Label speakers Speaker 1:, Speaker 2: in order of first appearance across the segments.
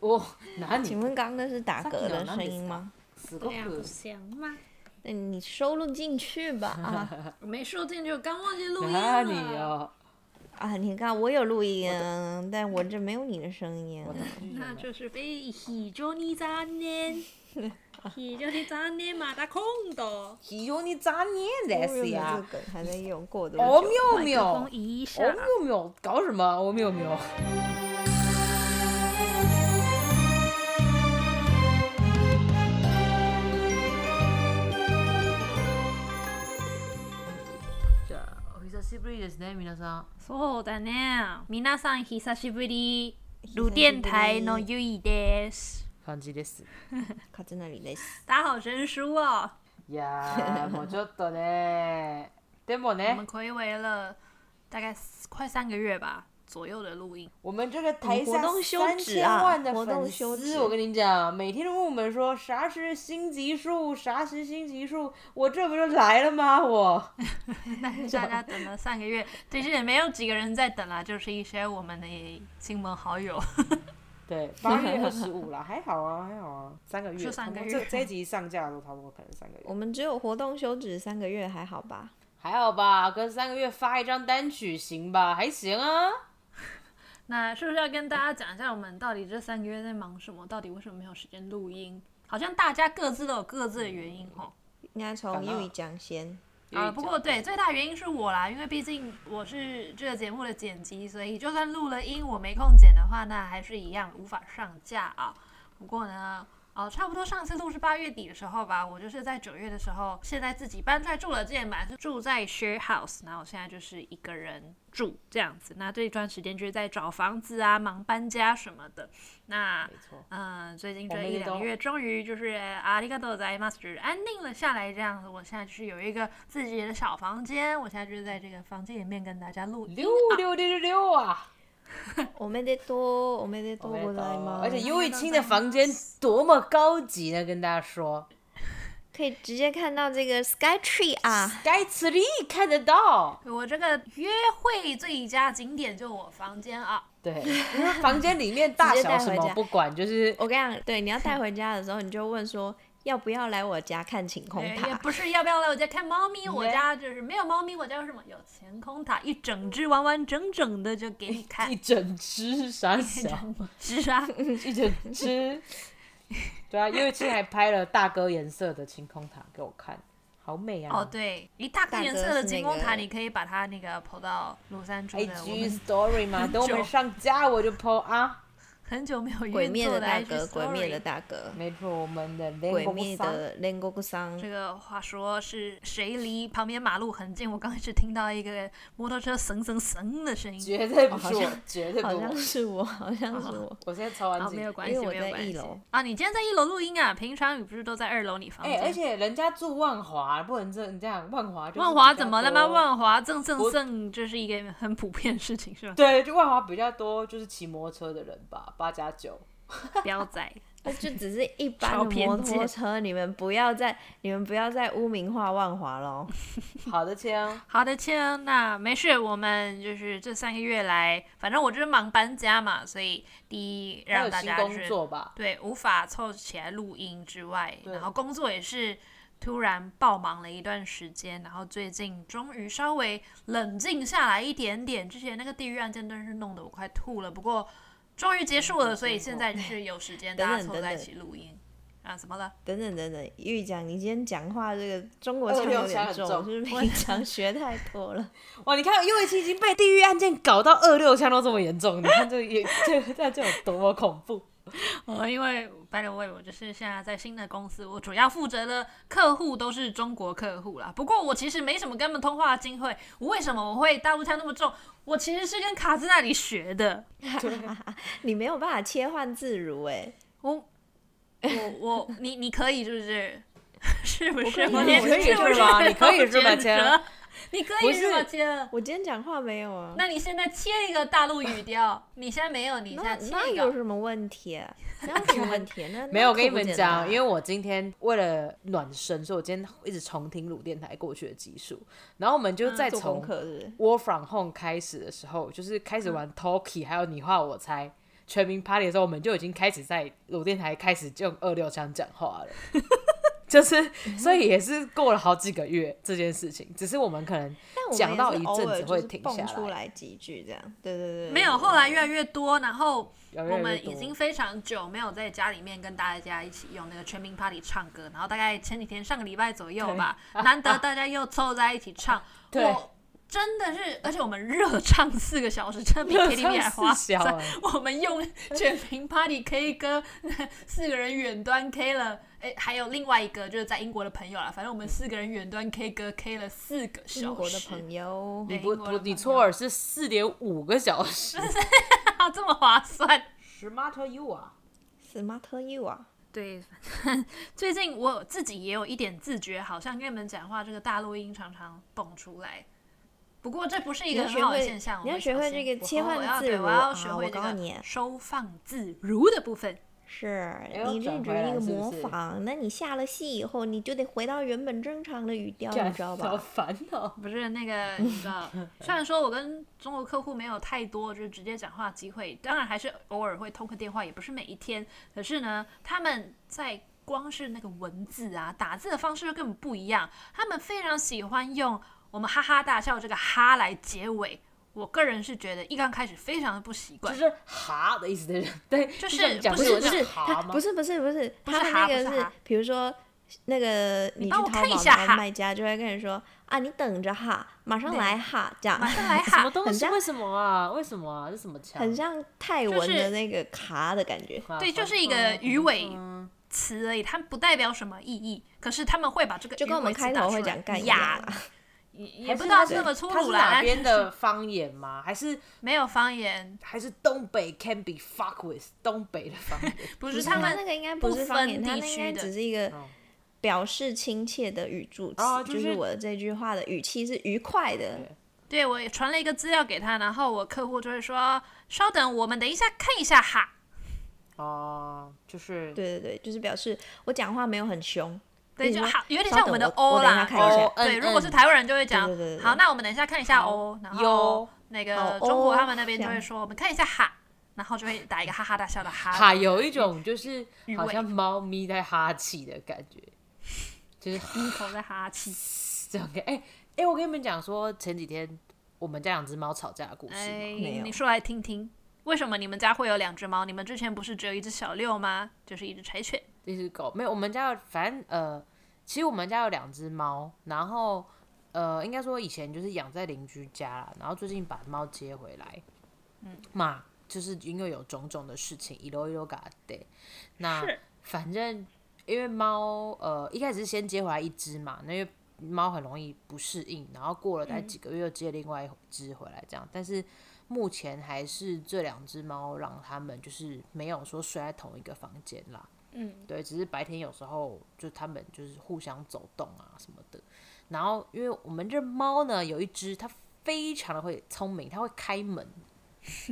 Speaker 1: 哦，哪里？
Speaker 2: 请问刚刚那是打嗝的
Speaker 1: さっきのは何
Speaker 2: 声
Speaker 1: です
Speaker 2: 音
Speaker 1: か
Speaker 2: 吗？
Speaker 1: 死
Speaker 3: 对呀、不
Speaker 1: 狗
Speaker 3: 哦行吗？
Speaker 2: 那你收录进去吧啊
Speaker 3: 没说进去，刚忘记录音
Speaker 1: 哪里
Speaker 3: 了。
Speaker 1: 哦？
Speaker 2: 啊！你看我有录音，但我这没有你的声音
Speaker 1: 我。的天
Speaker 3: 那
Speaker 1: 哪！
Speaker 3: 就是非非常に残 念，非常に残念，また今度。
Speaker 1: 非常に残念です
Speaker 2: 哎这
Speaker 1: 呀
Speaker 2: 个。梗还能用过多
Speaker 1: 哦
Speaker 2: 久？
Speaker 1: 妙
Speaker 3: 麦克
Speaker 1: 妙
Speaker 3: 风，移一下。
Speaker 1: 哦妙妙，搞什么？哦妙妙。じゃあお久しぶりですね、皆さん。
Speaker 3: そうだね。皆さん久しぶり。鲁电台のゆいです。
Speaker 1: 感じです。
Speaker 2: 卡在那里的。
Speaker 3: 大家好生疏哦，
Speaker 1: い やー、もうちょっとね。でも
Speaker 3: 我
Speaker 1: ね
Speaker 3: 们，暌违了大概快三个月吧左右的录 音。
Speaker 1: 我们这个台下
Speaker 2: 嗯活动休
Speaker 1: 三
Speaker 2: 止
Speaker 1: 千
Speaker 2: 啊
Speaker 1: 万的
Speaker 2: 活动
Speaker 1: 粉
Speaker 2: 休
Speaker 1: 丝，
Speaker 2: 止
Speaker 1: 我跟你讲，每天都问我们说啥是新级数，啥是新级数，我这不就来了吗？我。
Speaker 3: 但是大家等了三个 月，其实也没有几个人在等啦，就是一些我们的亲朋好友。
Speaker 1: 对，八月二十 五啦，还好啊，还好啊，三个月，
Speaker 3: 就三个
Speaker 1: 差不
Speaker 3: 月
Speaker 1: 多这这一集上架的时候，差不多可能三个
Speaker 2: 我
Speaker 1: 月，
Speaker 2: 们只有活动休止三个月，还好吧？
Speaker 1: 还好吧？跟三个月发一张单曲行吧？还行啊。
Speaker 3: 那是不是要跟大家讲一下，我们到底这三个月在忙什么？到底为什么没有时间录音？好像大家各自都有各自的原因哦吼。
Speaker 2: 应该从
Speaker 1: 干嘛
Speaker 2: 英语讲先。
Speaker 3: 啊，不过对，最大原因是我啦，因为毕竟我是这个节目的剪辑，所以就算录了音，我没空剪的话，那还是一样无法上架啊。不过呢，哦，差不多上次录是八月底的时候吧，我就是在九月的时候，现在自己搬出来住了，之前本来是住在 share house，然后我现在就是一个人住这样子。那这一段时间就是在找房子啊，忙搬家什么的。那
Speaker 1: 没错，
Speaker 3: 嗯，最近
Speaker 1: 我
Speaker 3: 这
Speaker 1: 们
Speaker 3: 一
Speaker 1: 也
Speaker 3: 两个
Speaker 1: 都
Speaker 3: 月，终于就是啊阿里嘎多在 master 安定了下来，这样子。我现在就是有一个自己的小房间，我现在就是在这个房间里面跟大家录音
Speaker 1: 六
Speaker 3: 啊。
Speaker 1: 六六六六啊！
Speaker 2: 我们得多，啊我们得多
Speaker 1: 我
Speaker 2: 过
Speaker 1: 也懂
Speaker 2: 来吗？
Speaker 1: 而且尤以清的房间多么高级呢？跟大家说
Speaker 2: 可以直接看到这个 Sky Tree 啊，
Speaker 1: ，Sky Tree 看得到。
Speaker 3: 我这个约会最佳景点就我房间啊，
Speaker 1: 对，因为房间里面大
Speaker 2: 直接带
Speaker 1: 小
Speaker 2: 回
Speaker 1: 什么
Speaker 2: 家
Speaker 1: 不管，就是
Speaker 2: 我跟你讲，对，你要带回家的时候，你就问说要不要来我家看晴空
Speaker 3: 对也
Speaker 2: 塔。
Speaker 3: 不是要不要来我家看猫咪，我
Speaker 1: 对
Speaker 3: 家就是没有猫咪，我家有什么有晴空塔，一整只完完整整的就给你 看
Speaker 1: 一，整 只傻小。
Speaker 3: 是啊，
Speaker 1: 一直吃。对啊，因为之前还拍了大哥颜色的晴空塔给我看，好美啊！
Speaker 3: 哦对，一大个
Speaker 2: 大
Speaker 3: 颜
Speaker 2: 哥
Speaker 3: 色的
Speaker 2: 是
Speaker 3: 晴
Speaker 2: 那
Speaker 3: 空塔，
Speaker 2: 个
Speaker 3: 你可以把它那个跑到庐山住
Speaker 1: i
Speaker 3: 的我
Speaker 1: g
Speaker 3: 们
Speaker 1: story 嘛，等我们上架我就 po 啊。
Speaker 3: 很久没有
Speaker 2: 鬼
Speaker 3: 运
Speaker 2: 灭的
Speaker 3: 作的
Speaker 2: 大
Speaker 3: IG
Speaker 2: 哥，鬼灭的
Speaker 3: story
Speaker 2: 大哥，
Speaker 1: 没错，我们的
Speaker 2: 鬼
Speaker 1: Lego
Speaker 2: 灭的煉獄桑
Speaker 3: 这个话说是谁离旁边马路很近？我刚开始听到一个摩托车绳绳绳的声音，
Speaker 1: 绝对不是
Speaker 2: 好
Speaker 1: 我
Speaker 2: 像，
Speaker 1: 绝对不是
Speaker 2: 好像
Speaker 1: 我。
Speaker 2: 是我，好像是我。
Speaker 1: 我现在超安
Speaker 3: 啊，
Speaker 1: 静，
Speaker 3: 没有关
Speaker 2: 因
Speaker 3: 系，
Speaker 2: 为我
Speaker 3: 没有
Speaker 2: 在
Speaker 3: 关
Speaker 2: 一
Speaker 3: 系
Speaker 2: 楼
Speaker 3: 啊。你今天在一楼录音啊？平常你不是都在二楼你房
Speaker 1: 哎、
Speaker 3: 间？
Speaker 1: 而且人家住万华，不能这你这样，万华就是
Speaker 3: 万华
Speaker 1: 比较
Speaker 3: 怎么了吗？
Speaker 1: 多
Speaker 3: 万华赠赠
Speaker 1: 我？
Speaker 3: 赠，这是一个很普遍的事情是吧
Speaker 1: 对，就万华比较多，就是骑摩托车的人吧，八加九。啊
Speaker 3: 彪仔，
Speaker 2: 那就只是一般
Speaker 3: 超
Speaker 2: 的
Speaker 3: 偏
Speaker 2: 摩
Speaker 3: 见
Speaker 2: 托车，你们不要再，你们不要再污名化万华喽。
Speaker 1: 好的，枪，
Speaker 3: 好的，亲，那没事，我们就是这三个月来，反正我就是忙搬家嘛，所以第一
Speaker 1: 还
Speaker 3: 让
Speaker 1: 有
Speaker 3: 大
Speaker 1: 新
Speaker 3: 家就
Speaker 1: 工
Speaker 3: 是
Speaker 1: 作吧？
Speaker 3: 对，无法凑起来录音之外，
Speaker 1: 对
Speaker 3: 然后工作也是突然爆忙了一段时间，然后最近终于稍微冷静下来一点点。之前那个地狱案件真是弄得我快吐了，不过终于结束了，所以现在就是有时间
Speaker 2: 等
Speaker 3: 大
Speaker 2: 等
Speaker 3: 家凑
Speaker 2: 等
Speaker 3: 在一
Speaker 2: 等
Speaker 3: 起录音。啊，怎么了？
Speaker 2: 等等等等，玉讲，你今天讲话这个中国腔
Speaker 1: 恶
Speaker 2: 有点重，是
Speaker 1: 六腔很重
Speaker 2: 不是平常学太多了？
Speaker 1: 哇，你看，因为已经被地狱案件搞到二六枪都这么严重，你看这也这这这有多恐 怖？
Speaker 3: 我呃因为 by the way，我就是现在在新的公司，我主要负责的客户都是中国客户啦。不过我其实没什么跟他们通话的机会。为什么我会大陆腔那么重？我其实是跟卡兹那里学的。
Speaker 2: 你没有办法切换自如哎、
Speaker 3: 我哦我我，你你可以是不是？ 是不
Speaker 2: 我
Speaker 3: 是
Speaker 2: 可？以
Speaker 3: 我连
Speaker 2: 我可以
Speaker 3: 是不
Speaker 1: 是吧你可以
Speaker 3: 是
Speaker 1: 是吧亲？
Speaker 3: 你可
Speaker 1: 不
Speaker 3: 以是吧，
Speaker 1: 是
Speaker 3: 亲？
Speaker 2: 我今天讲话没有啊？
Speaker 3: 那你现在切一个大陆语调，你现在没有，你现
Speaker 2: 那
Speaker 3: 在切
Speaker 2: 那
Speaker 3: 一
Speaker 2: 有
Speaker 3: 个。
Speaker 2: 什么问题、啊？哪有什么问题、啊那
Speaker 1: 没有，我跟你们讲，因为
Speaker 2: 为
Speaker 1: 我今天为了暖身，所以我今天一直重听鲁电台过去的集数，然后我们就再
Speaker 2: 啊做功
Speaker 1: 从《
Speaker 2: 课是不是？嗯
Speaker 1: War from Home》开始的时候，就是开始玩 Talkie，还有你画我猜，全民 party 的时候，我们就已经开始在鲁电台开始用二六腔讲话了， 就是所以也是过了好几个月这件事情，只是我们可能
Speaker 2: 但我们
Speaker 1: 讲到
Speaker 2: 也是
Speaker 1: 一
Speaker 2: 偶
Speaker 1: 阵
Speaker 2: 尔
Speaker 1: 子
Speaker 2: 就
Speaker 1: 会
Speaker 2: 是
Speaker 1: 停
Speaker 2: 蹦
Speaker 1: 下
Speaker 2: 出
Speaker 1: 来
Speaker 2: 来几句这样，对对对对
Speaker 3: 没有，后来越来越多，然后
Speaker 1: 有越来
Speaker 3: 我
Speaker 1: 越
Speaker 3: 们已
Speaker 1: 多
Speaker 3: 经非常久没有在家里面跟大家一起用那个全民 Party 唱歌，然后大概前几天上个礼拜左右吧， 难得大家又凑在一起唱，
Speaker 1: 对
Speaker 3: 我真的是，而且我们热唱四个小时，真的比
Speaker 1: 热
Speaker 3: KTV 还
Speaker 1: 唱
Speaker 3: 花
Speaker 1: 四小
Speaker 3: 张
Speaker 1: 欸
Speaker 3: 我们用全民 Party K 歌， 四个人远端 K 了，哎，还有另外一个就是在英国的朋友啦，反正我们四个人远端 K 歌 K 了四个小时。
Speaker 2: 英国的朋友，
Speaker 1: 你
Speaker 3: 对
Speaker 1: 不
Speaker 3: 英国的
Speaker 1: 不，你
Speaker 3: 朋
Speaker 1: 错
Speaker 3: 友
Speaker 1: 了，是四点五个小 时。
Speaker 3: 友， 这么划算。
Speaker 1: Smart you 啊，
Speaker 2: smart you 啊，
Speaker 3: 对，反正最近我自己也有一点自觉，好像跟你们讲话这个大陆音常常蹦出来。不过这不是一个
Speaker 2: 你要
Speaker 3: 很
Speaker 2: 学
Speaker 3: 好的
Speaker 2: 会
Speaker 3: 现象，
Speaker 2: 你要
Speaker 3: 我会
Speaker 2: 学
Speaker 3: 小
Speaker 2: 会
Speaker 3: 心
Speaker 2: 这个
Speaker 3: 我
Speaker 2: 切
Speaker 3: 后
Speaker 2: 换
Speaker 3: 我要
Speaker 2: 自
Speaker 3: 对
Speaker 2: 如
Speaker 3: 我要
Speaker 2: 啊
Speaker 3: 学
Speaker 2: 我
Speaker 3: 会这
Speaker 2: 告诉
Speaker 3: 个
Speaker 2: 你
Speaker 3: 收放自如的部分。
Speaker 2: 是
Speaker 1: 哎呦
Speaker 2: 你这
Speaker 1: 转
Speaker 2: 只
Speaker 1: 回
Speaker 2: 是
Speaker 1: 来
Speaker 2: 一个
Speaker 1: 是不
Speaker 2: 模
Speaker 1: 是
Speaker 2: 仿，那你下了戏以后，你就得回到原本正常的语调，你
Speaker 1: 感
Speaker 2: 嗯知道
Speaker 1: 到
Speaker 2: 吧？
Speaker 1: 烦恼。
Speaker 3: 不是那个，你 知道，虽然说我跟中国客户没有太多就是直接讲话机会，当然还是偶尔会通个电话，也不是每一天。可是呢，他们在光是那个文字啊，打字的方式就根本不一样。他们非常喜欢用我们哈哈大笑这个哈来结尾。我个人是觉得一刚开始非常的不习
Speaker 1: 就
Speaker 3: 惯，
Speaker 1: 是“哈”的意思的人，对，
Speaker 3: 就
Speaker 1: 这样
Speaker 3: 是
Speaker 1: 讲
Speaker 3: 不
Speaker 1: 是
Speaker 2: 不是
Speaker 1: 哈
Speaker 2: 他，
Speaker 1: 吗？
Speaker 2: 不是不是不是，
Speaker 3: 是
Speaker 2: 他的
Speaker 3: 哈
Speaker 2: 那
Speaker 3: 不
Speaker 2: 个
Speaker 3: 是
Speaker 2: 是
Speaker 3: 哈，
Speaker 2: 比如说那个你去
Speaker 3: 帮
Speaker 2: 淘
Speaker 3: 我
Speaker 2: 宝，
Speaker 3: 看一下
Speaker 2: 然
Speaker 3: 哈
Speaker 2: 后卖家就会跟你说啊，你等着哈，马上
Speaker 3: 对
Speaker 2: 来哈，这样
Speaker 3: 马上 来
Speaker 1: 什么
Speaker 3: 哈，
Speaker 1: 东
Speaker 2: 很
Speaker 1: 西？
Speaker 2: 像
Speaker 1: 为什么啊？为什么啊？这什么腔？
Speaker 2: 很像泰
Speaker 3: 就
Speaker 2: 文
Speaker 3: 是
Speaker 2: 的那个卡的感觉。
Speaker 1: 啊
Speaker 3: 对，
Speaker 1: 烦
Speaker 3: 就是一个鱼尾
Speaker 1: 嗯
Speaker 3: 词而已，它们不代表什么意义。可是他们会把这个
Speaker 2: 就跟我
Speaker 3: 鱼尾
Speaker 2: 们
Speaker 3: 词
Speaker 2: 开
Speaker 3: 打
Speaker 2: 头
Speaker 3: 出
Speaker 2: 会
Speaker 3: 来
Speaker 2: 讲干一
Speaker 3: 呀
Speaker 2: 样啊，
Speaker 3: 也也
Speaker 1: 还
Speaker 3: 不
Speaker 1: 是
Speaker 3: 知道
Speaker 1: 他
Speaker 3: 是
Speaker 1: 是
Speaker 3: 那么粗
Speaker 1: 他
Speaker 3: 鲁
Speaker 1: 是
Speaker 3: 啦，
Speaker 1: 哪
Speaker 3: 但
Speaker 1: 边
Speaker 3: 是
Speaker 1: 的方言吗？ 还是
Speaker 3: 没有方言，
Speaker 1: 还是东北 can be fuck with 东北的方言？
Speaker 3: 不
Speaker 2: 不
Speaker 3: 是
Speaker 2: 是
Speaker 3: 他
Speaker 2: 它
Speaker 3: 们
Speaker 2: 那个应该
Speaker 3: 不
Speaker 2: 是方
Speaker 3: 分
Speaker 2: 言，他
Speaker 3: 地
Speaker 2: 那应
Speaker 3: 区
Speaker 2: 该
Speaker 3: 的
Speaker 2: 只是一个
Speaker 1: 哦
Speaker 2: 表示亲切的语助词，
Speaker 1: 哦就
Speaker 2: 就是
Speaker 1: 是
Speaker 2: 我这句话的语气是愉快的。
Speaker 3: 对我也传了一个资料给他，然后我客户就会说：“稍等，我们等一下看一下哈。
Speaker 1: 哦，就是
Speaker 2: 对对对，就是表示我讲话没有很凶。”
Speaker 3: 对，
Speaker 2: 你
Speaker 3: 就
Speaker 2: 说
Speaker 3: 好，有点
Speaker 2: 稍
Speaker 3: 像我
Speaker 2: 等
Speaker 3: 们的
Speaker 2: 我
Speaker 3: 哦
Speaker 2: 我等一下
Speaker 3: 啦，
Speaker 2: 看一下
Speaker 3: 哦对，
Speaker 1: 嗯
Speaker 3: 如果
Speaker 1: 嗯
Speaker 3: 是台湾人就会讲
Speaker 2: 对对对对
Speaker 3: 好，那我们等一下看一下
Speaker 1: 好
Speaker 3: 哦，然后
Speaker 1: 哟
Speaker 3: 那
Speaker 2: 好
Speaker 3: 个
Speaker 2: 哦
Speaker 3: 中国他们那边就
Speaker 2: 这
Speaker 3: 会
Speaker 2: 样
Speaker 3: 说我们看一下哈，然后就会打一个哈哈大笑的哈。
Speaker 1: 哈啊有一种就是
Speaker 3: 鱼
Speaker 1: 好
Speaker 3: 尾
Speaker 1: 像猫咪在哈气的感觉，就是
Speaker 3: 一口在 哈气，
Speaker 1: 这样感。哎、哎、我跟你们讲说前几天我们家两只猫吵架的故事吗，
Speaker 3: 哎，
Speaker 2: 没有
Speaker 3: 你说来听听，为什么你们家会有两只猫？你们之前不是只有一只小六吗？就是一只柴犬。
Speaker 1: 一只狗没有，我们家有反正呃，其实我们家有两只猫，然后呃，应该说以前就是养在邻居家啦，然后最近把猫接回来，嗯，嘛，就是因为有种种的事情，一溜一溜嘎对，那
Speaker 3: 是
Speaker 1: 反正因为猫呃一开始是先接回来一只嘛，那因为猫很容易不适应，然后过了大概几个月又接另外一只回来这样，但是目前还是这两只猫让他们就是没有说睡在同一个房间啦。对，只是白天有时候就他们就是互相走动啊什么的。然后因为我们这猫呢，有一只它非常的会聪明，它会开门，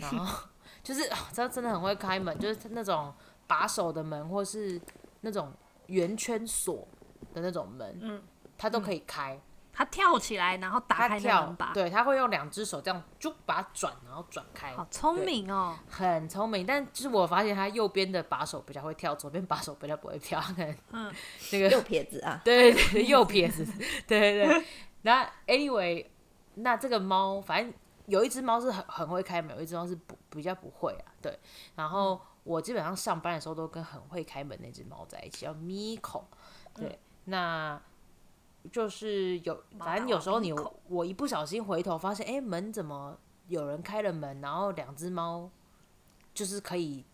Speaker 1: 然后 就是哦它、真的很会开门，就是它那种把手的门或是那种圆圈锁的那种门，嗯，它都可以开。
Speaker 3: 它跳起来，然后打
Speaker 1: 它
Speaker 3: 开那
Speaker 1: 跳
Speaker 3: 门把，，
Speaker 1: 对，它会用两只手这样就把它转，然后转开，
Speaker 3: 好聪明哦。
Speaker 1: 很聪明，但就是我发现它右边的把手比较会跳，左边把手比较不会跳，它可能
Speaker 3: 嗯
Speaker 1: 那个
Speaker 2: 右撇子 啊，
Speaker 1: 对对对，右撇子，对对对。然后 anyway，那这个猫，反正有一只猫是很很会开门，有一只猫是不比较不会啊。对，然
Speaker 3: 嗯
Speaker 1: 后我基本上上班的时候都跟很会开门那只猫在一起，叫 Miko。对，那就是有，
Speaker 3: 嗯猫
Speaker 1: 反正
Speaker 3: 大
Speaker 1: 有
Speaker 3: 王
Speaker 1: 时候你
Speaker 3: Miko
Speaker 1: 我一不小心回头发现，哎、门怎么有人开了门，然后两只猫就是可以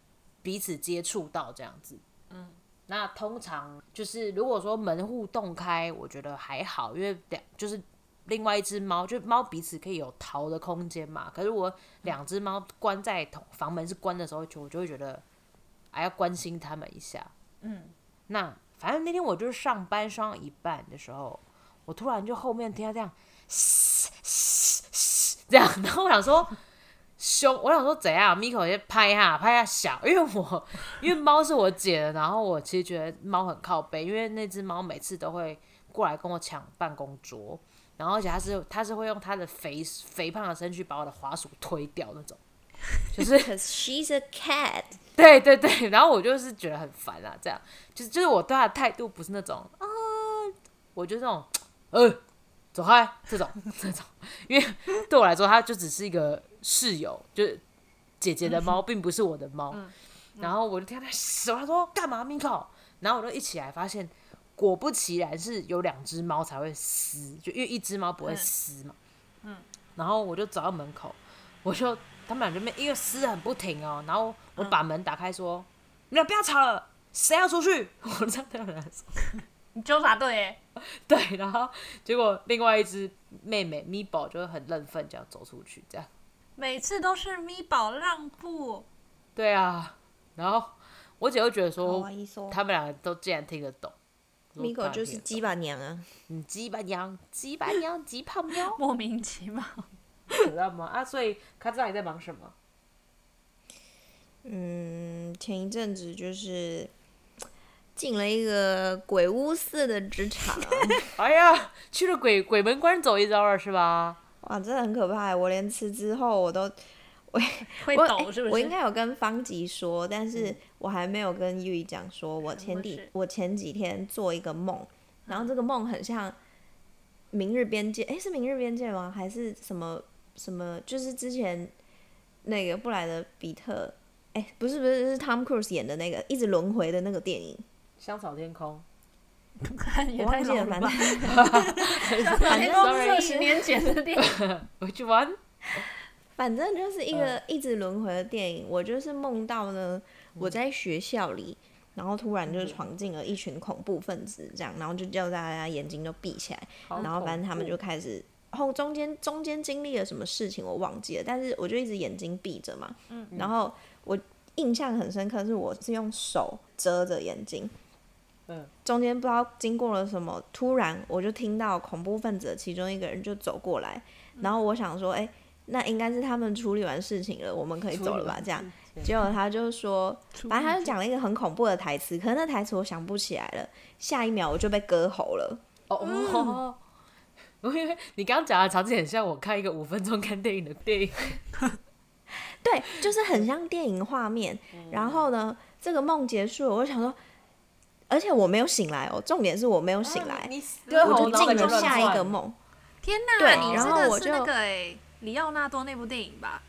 Speaker 1: 彼此接触到这样子。
Speaker 3: 嗯
Speaker 1: 那通常就是如果说门户洞开，我觉得还好，因为两就是另外一只猫，就猫彼此可以有逃的空间嘛。可是我两只猫关在同房门是关的时候，就我就会觉得还要关心它们一下。
Speaker 3: 嗯，
Speaker 1: 那反正那天我就是上班上到一半的时候，我突然就后面听到这样嘶嘶嘶这样，然后我想说。凶，我想说怎样，Miko 先拍一下，拍一下小，因为我因为猫是我姐的，然后我其实觉得猫很靠背，因为那只猫每次都会过来跟我抢办公桌，然后而且它是它是会用它的肥肥胖的身躯把我的滑鼠推掉那种，就是
Speaker 2: Cause she's a cat。
Speaker 1: 对对对，然后我就是觉得很烦啊，这样就是就是我对他的态度不是那种啊，我就那种呃走开这种 这种，因为对我来说他就只是一个室友，就是姐姐的猫，并不是我的猫。然后我就听他手，他说干嘛 Miko？然后我就一起来发现，果不其然是有两只猫才会撕，就因为一只猫不会
Speaker 3: 嗯
Speaker 1: 撕嘛。然后我就走到门口，我就他们俩就面因为撕得很不停哦，然后我把门打开说：“你们俩不要吵了，谁要出去？” 我这样对他们俩说。
Speaker 3: 你纠察队耶，
Speaker 1: 对，然后结果另外一只妹妹咪宝就很认份，这样走出去，这样。
Speaker 3: 每次都是咪宝让步，
Speaker 1: 对啊，然后我姐就觉得说，
Speaker 2: 一
Speaker 3: 哦
Speaker 2: 说
Speaker 1: 哦他们俩都竟然听得懂。我说
Speaker 2: Miko 就是
Speaker 1: 鸡
Speaker 2: 鸡巴娘啊，
Speaker 1: 嗯鸡巴娘，鸡巴娘，鸡泡喵，
Speaker 3: 莫名其妙。
Speaker 1: 你知道吗？啊，所以他知道你在忙什么。
Speaker 2: 嗯，前一阵子就是进了一个鬼屋似的职场，
Speaker 1: 哎呀，去了鬼鬼门关走一遭了是吧？
Speaker 2: 哇，真的很可怕耶！欸我连吃之后我都
Speaker 3: 会
Speaker 2: 我
Speaker 3: 抖
Speaker 2: 哎
Speaker 3: 是不是？嗯
Speaker 2: 我应该有跟方吉说，但是我还没有跟玉怡讲说，我前
Speaker 3: 我
Speaker 2: 几
Speaker 3: 是
Speaker 2: 我前几天做一个梦，然
Speaker 3: 嗯
Speaker 2: 后这个梦很像《明日边界》，诶，是《明日边界》吗？还是什么什么？就是之前那个布莱德比特，诶，不是不是，是 Tom Cruise 演的那个一直轮回的那个电影，
Speaker 1: 香草天空，
Speaker 3: 也
Speaker 2: 我
Speaker 3: 太
Speaker 2: 忘记
Speaker 3: 老
Speaker 2: 了，
Speaker 3: 了
Speaker 2: 反
Speaker 3: 吧哎
Speaker 2: 正？
Speaker 3: 反
Speaker 2: 正
Speaker 3: 是 二十年前的 电影，
Speaker 1: 回去玩。
Speaker 2: 反正就是一个一直轮回的电影。我就是梦到呢，我在学校里，然后突然就闯进了一群恐怖分子，这样，然后就叫大家眼睛都闭起来，
Speaker 1: 好
Speaker 2: 然后反正他们
Speaker 1: 恐
Speaker 2: 就
Speaker 1: 怖
Speaker 2: 开始，后中间中间经历了什么事情我忘记了，但是我就一直眼睛闭着嘛，嗯，然后我印象很深刻是我是用手遮着眼睛，
Speaker 1: 嗯，
Speaker 2: 中间不知道经过了什么，突然我就听到恐怖分子的其中一个人就走过来，
Speaker 1: 嗯
Speaker 2: 然后我想说，哎、那应该是他们处理完事情了，我们可以
Speaker 1: 处
Speaker 2: 走
Speaker 1: 理
Speaker 2: 了吧？
Speaker 1: 完
Speaker 2: 这样
Speaker 1: 事，
Speaker 2: 结果他就说，反正他就讲了一个很恐怖的台词，可是那台词我想不起来了，下一秒我就被割喉了。
Speaker 1: 哦
Speaker 2: 嗯
Speaker 1: 哦， 我以为你刚刚讲的场景很像我看一个五分钟看电影的电影，
Speaker 2: 对，就是很像电影画面。
Speaker 1: 嗯
Speaker 2: 然后呢，这个梦结束了，我就想说，而且我没有醒来哦，重点是我没有 醒来，
Speaker 1: 啊你
Speaker 3: 割
Speaker 2: 我
Speaker 3: 喉
Speaker 2: 就
Speaker 3: 然
Speaker 2: 进
Speaker 3: 后再
Speaker 2: 了
Speaker 3: 乱
Speaker 2: 下一个
Speaker 1: 梦。
Speaker 2: 梦。
Speaker 3: 天
Speaker 2: 对
Speaker 3: 哪！你
Speaker 1: 然
Speaker 3: 这
Speaker 2: 后
Speaker 3: 个
Speaker 2: 我
Speaker 3: 是
Speaker 2: 就
Speaker 3: 那个哎，里奥纳多那部电影吧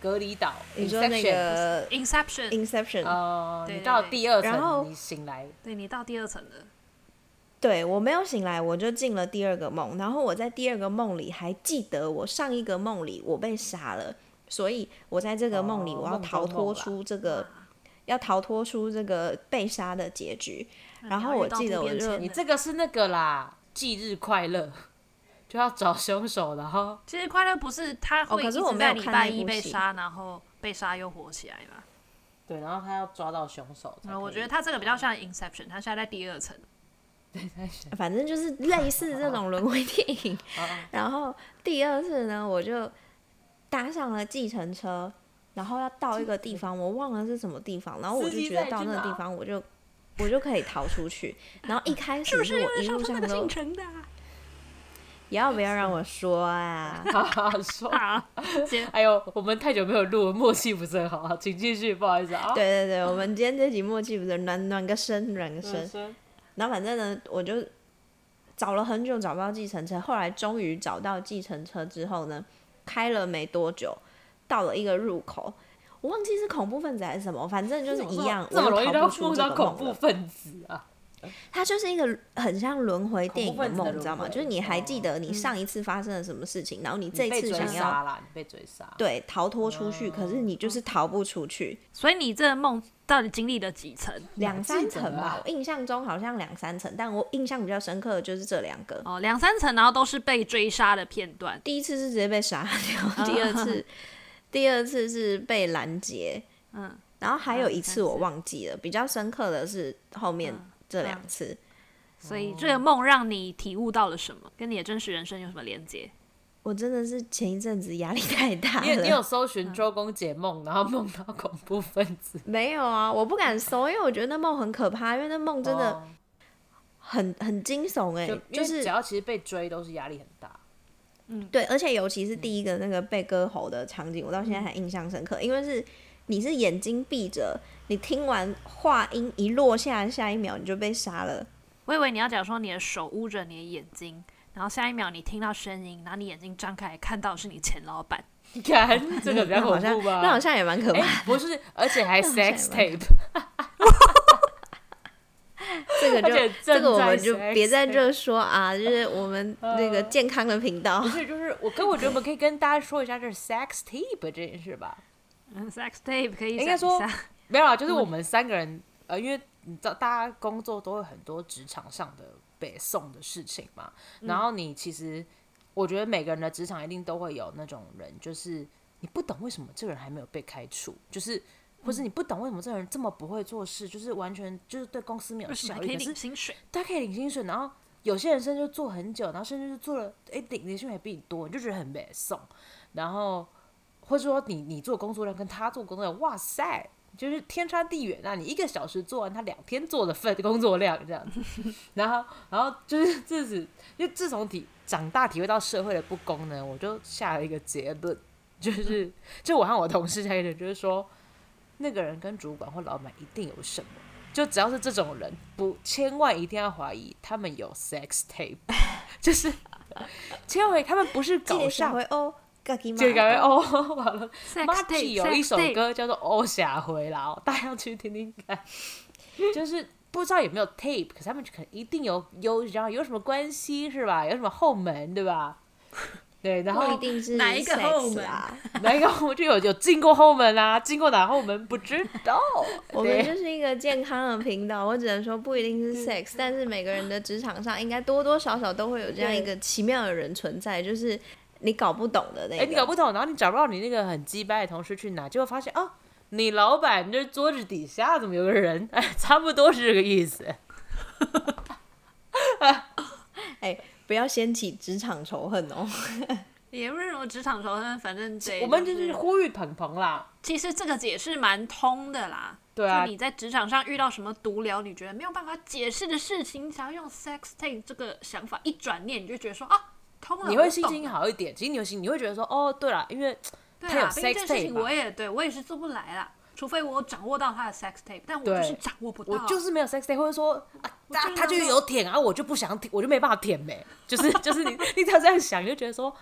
Speaker 1: 隔离岛，
Speaker 2: 你说那
Speaker 1: Inception
Speaker 2: 个
Speaker 3: ？Inception，
Speaker 2: Inception，、
Speaker 1: 哦，
Speaker 3: 对
Speaker 1: 你
Speaker 3: 对
Speaker 1: 到
Speaker 3: 对
Speaker 1: 第二
Speaker 2: 然后
Speaker 1: 层，你醒来，
Speaker 3: 对你到第二层了，
Speaker 2: 对我没有醒来，我就进了第二个梦。然后我在第二个梦里还记得我上一个梦里我被杀了，所以我在这个梦里
Speaker 1: 哦
Speaker 2: 我要
Speaker 1: 梦中
Speaker 2: 逃脱
Speaker 1: 梦啦啊
Speaker 2: 出这个，要逃脱出这个被杀的结局。然后我记得我就
Speaker 1: 你这个是那个啦，忌日快乐， 就要找凶手，然后
Speaker 3: 其实快乐不是他
Speaker 2: 哦
Speaker 3: 会
Speaker 2: 可
Speaker 3: 一
Speaker 2: 是我
Speaker 3: 直
Speaker 2: 没有
Speaker 3: 在礼
Speaker 2: 看
Speaker 3: 拜
Speaker 2: 那
Speaker 3: 一
Speaker 2: 部
Speaker 3: 被
Speaker 2: 戏
Speaker 3: 杀，然后被杀又活起来嘛。
Speaker 1: 对，然后他要抓到凶手才可以。
Speaker 3: 然后嗯我觉得他这个比较像 Inception，他现在在第 二层。
Speaker 2: 反正就是类似这种轮回电影。然后第二次呢，我就搭上了计程车，然后要到一个地方，我忘了是什么地方，然后我
Speaker 1: 司
Speaker 2: 就
Speaker 1: 机
Speaker 2: 觉得
Speaker 1: 载
Speaker 2: 到
Speaker 1: 具
Speaker 2: 那个地
Speaker 1: 吧
Speaker 2: 方我就我就可以逃出去。然后一开始是我一路上都
Speaker 3: 程的
Speaker 2: 要不要让我说啊？
Speaker 1: 好 好说。
Speaker 3: 啊？姐，
Speaker 1: 哎呦，我们太久没有录了，默契不是很好啊，请继续，不好意思啊。
Speaker 2: 对对对，我们今天这集默契不是暖暖个身，暖个身
Speaker 1: 人。生，
Speaker 2: 然后反正呢，我就找了很久找不到计程车，后来终于找到计程车之后呢，开了没多久，到了一个入口，我忘记是恐怖分子还是什么，反正就是一样，
Speaker 1: 这么
Speaker 2: 我
Speaker 1: 容易
Speaker 2: 又
Speaker 1: 让
Speaker 2: 逃
Speaker 1: 我
Speaker 2: 不出
Speaker 1: 碰
Speaker 2: 这
Speaker 1: 到
Speaker 2: 个
Speaker 1: 恐
Speaker 2: 梦
Speaker 1: 怖
Speaker 2: 了。
Speaker 1: 分子啊？
Speaker 2: 它就是一个很像轮回电影的
Speaker 1: 恐怖分子的
Speaker 2: 梦，你知道吗？
Speaker 1: 轮回哦
Speaker 2: 就是你还记得你
Speaker 3: 嗯
Speaker 2: 上一次发生了什么事情，然后你 这
Speaker 1: 你
Speaker 2: 一
Speaker 1: 被
Speaker 2: 次
Speaker 1: 追
Speaker 2: 想要
Speaker 1: 杀哦啦，你被追杀。
Speaker 2: 对逃脱出去，可是你就是逃不出去，
Speaker 3: 所以你这个梦到底经历了几层？
Speaker 2: 两三层
Speaker 1: 记得啊
Speaker 2: 吧，我印象中好像两三层，但我印象比较深刻的就是这两个。
Speaker 3: 哦，两三层，然后都是被追杀的片段。
Speaker 2: 第一次是直接被杀掉，第二次，第二次是被拦截，
Speaker 3: 嗯，
Speaker 2: 然后还有一次
Speaker 3: 嗯
Speaker 2: 我忘记了，比较深刻的是后面这两次。
Speaker 3: 所以这个梦让你体悟到了什么？跟你的真实人生有什么连接？
Speaker 2: 我真的是前一阵子压力太大
Speaker 1: 你有你有
Speaker 2: 了，
Speaker 1: 搜寻周公解梦，然后梦到恐怖分子，
Speaker 2: 没有啊，我不敢搜，因为我觉得那梦很可怕，因为那梦 真的
Speaker 1: 哦
Speaker 2: 很很惊悚哎、
Speaker 1: 就因
Speaker 2: 就
Speaker 1: 为
Speaker 2: 是
Speaker 1: 只要其实被追都是压力很大，
Speaker 3: 嗯
Speaker 2: 对，而且尤其是第一个那个被割喉的场景，我到现在还印象深刻，因为是你是眼睛闭着，你听完话音一落下，下一秒你就被杀了。
Speaker 3: 我以为你要讲说你的手捂着你的眼睛，然后下一秒你听到声音，然后你眼睛张开看到是你前老板。
Speaker 1: 你 看这个比较
Speaker 2: 那好
Speaker 1: 恐
Speaker 2: 像
Speaker 1: 怖吧？
Speaker 2: 那好像也蛮可怕
Speaker 1: 哎、
Speaker 2: 的。
Speaker 1: 不是，而且还 sex
Speaker 2: 蛮
Speaker 1: tape，
Speaker 2: 这个就
Speaker 1: 而且
Speaker 2: 这个我
Speaker 1: 正在
Speaker 2: 们就
Speaker 1: sex
Speaker 2: 别再
Speaker 1: tape
Speaker 2: 热说啊，就是我们那个
Speaker 1: 呃
Speaker 2: 健康的频道
Speaker 1: 不。是，就是我跟我觉得我们可以跟大家说一下这 sex tape 这件事吧。
Speaker 3: 嗯，sex tape 可以
Speaker 1: 应该
Speaker 3: 讲一
Speaker 1: 说
Speaker 3: 下
Speaker 1: 没有啊，就是我们三个人，呃，因为你知道大家工作都会很多职场上的北宋的事情嘛，
Speaker 3: 嗯
Speaker 1: 然后你其实我觉得每个人的职场一定都会有那种人，就是你不懂为什么这个人还没有被开除，就是。
Speaker 3: 嗯
Speaker 1: 或是你不懂为什么这个人这么不会做事，就是完全就是对公司没有
Speaker 3: 为什
Speaker 1: 效
Speaker 3: 么还
Speaker 1: 益，
Speaker 3: 可以
Speaker 1: 可是
Speaker 3: 领薪水？
Speaker 1: 他可以领薪水，然后有些人甚至就做很久，然后甚至就做了，哎、领的薪水比你多，你就觉得很没送。然后或者说你你做工作量跟他做工作量，哇塞，就是天差地远啊！你一个小时做完他两天做的份工作量这样子， 然后然后就是自己，就自从体长大体会到社会的不公呢，我就下了一个结论，就是就我和我同事下一个结论就是说，那个人跟主管或老板一定有什么。就只要是这种人，不千万一定要怀疑他们有 sex tape，就是 千万他们不是
Speaker 2: 这
Speaker 1: 搞
Speaker 2: 个社
Speaker 1: 上
Speaker 2: 会哦，自己
Speaker 1: 就感觉
Speaker 2: 哦，
Speaker 1: 哦， 完了。
Speaker 3: sex
Speaker 1: 马
Speaker 3: tape，
Speaker 1: 季有一
Speaker 3: sex
Speaker 1: 首
Speaker 3: tape
Speaker 1: 歌叫做《欧霞回来》，哦，大家要去听听看。 就是不知道有没有 tape，可是他们可能一定有有，然后有什么关系是吧？有什么后门对吧？对，然
Speaker 2: 不一
Speaker 1: 后
Speaker 2: 定是
Speaker 3: 哪一个
Speaker 2: sex
Speaker 3: 后门
Speaker 2: 啊？
Speaker 1: 哪一个我就有有进过后门啊？ 进过哪后门不知道。
Speaker 2: 我们
Speaker 1: 对
Speaker 2: 就是一个健康的频道，我只能说不一定是 sex，但是每个人的职场上应该多多少少都会有这样一个奇妙的人存在，就是你搞不懂的那
Speaker 1: 哎、
Speaker 2: 个。
Speaker 1: 你搞不懂，然后你找不到你那个很鸡掰的同事去哪，结果发现哦，你老板这桌子底下怎么有个人？哎，差不多是这个意思。
Speaker 2: 不要掀起职场仇恨哦。
Speaker 3: 也不是什么职场仇恨，反正对，
Speaker 1: 我们就是是呼吁鹏鹏啦，
Speaker 3: 其实这个解释蛮通的啦。
Speaker 1: 对啊
Speaker 3: 就你在职场上遇到什么毒聊，你觉得没有办法解释的事情，你只要用 sex tape 这个想法一转念，你就觉得说啊，通了，
Speaker 1: 你
Speaker 3: 我
Speaker 1: 会心
Speaker 3: 懂
Speaker 1: 情
Speaker 3: 了。
Speaker 1: 好一点。其实你会心，你会觉得说，哦，对了，因为
Speaker 3: 对
Speaker 1: 它有
Speaker 3: 啊，毕竟
Speaker 1: sex
Speaker 3: 这件事
Speaker 1: tape
Speaker 3: 情
Speaker 1: 嘛
Speaker 3: 我也对我也是做不来啦，除非我有掌握到他的 sex tape，但我就
Speaker 1: 对
Speaker 3: 是掌握不到。
Speaker 1: 我就是没有 sex day，或者说啊，他
Speaker 3: 就是
Speaker 1: 他就
Speaker 3: 没有
Speaker 1: 有舔啊，我就不想舔，我就没办法舔呗。就是就是你你只要这样想，你就觉得说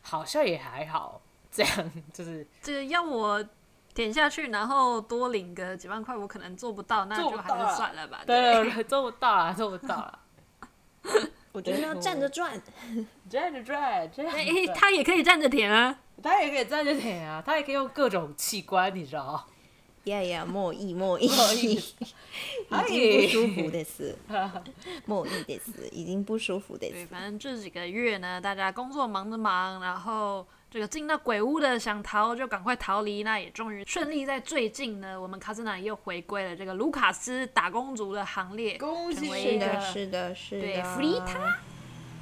Speaker 1: 好像也还好，这样就是
Speaker 3: 这个要我点下去，然后多领个几万块，我可能做不到，那
Speaker 1: 做
Speaker 3: 就
Speaker 1: 不
Speaker 3: 还
Speaker 1: 到
Speaker 3: 是
Speaker 1: 啊
Speaker 3: 算了吧。
Speaker 1: 对， 对做不到啊，做不到啊。
Speaker 2: 我 觉得要站着赚，
Speaker 1: 站着转，站
Speaker 3: 哎、
Speaker 1: 着转，
Speaker 3: 他也可以站着点啊。
Speaker 1: 他也可以站着舔啊，他也可以用各种器官，你知道吗？
Speaker 2: 呀呀，莫意莫意，已
Speaker 1: 莫意
Speaker 2: 经不舒服的是，莫意的是，已经不舒服的
Speaker 3: 对，
Speaker 2: 是。
Speaker 3: 反正这几个月呢，大家工作忙着忙，然后这个进到鬼屋的想逃就赶快逃离，那也终于顺利在最近呢，我们卡斯娜又回归了这个卢卡斯打工族的行列，
Speaker 1: 恭喜啊
Speaker 3: 成为
Speaker 2: 是
Speaker 3: 一
Speaker 2: 的，
Speaker 3: 个
Speaker 2: 是的，是
Speaker 3: 对
Speaker 2: 的。
Speaker 3: 弗利塔，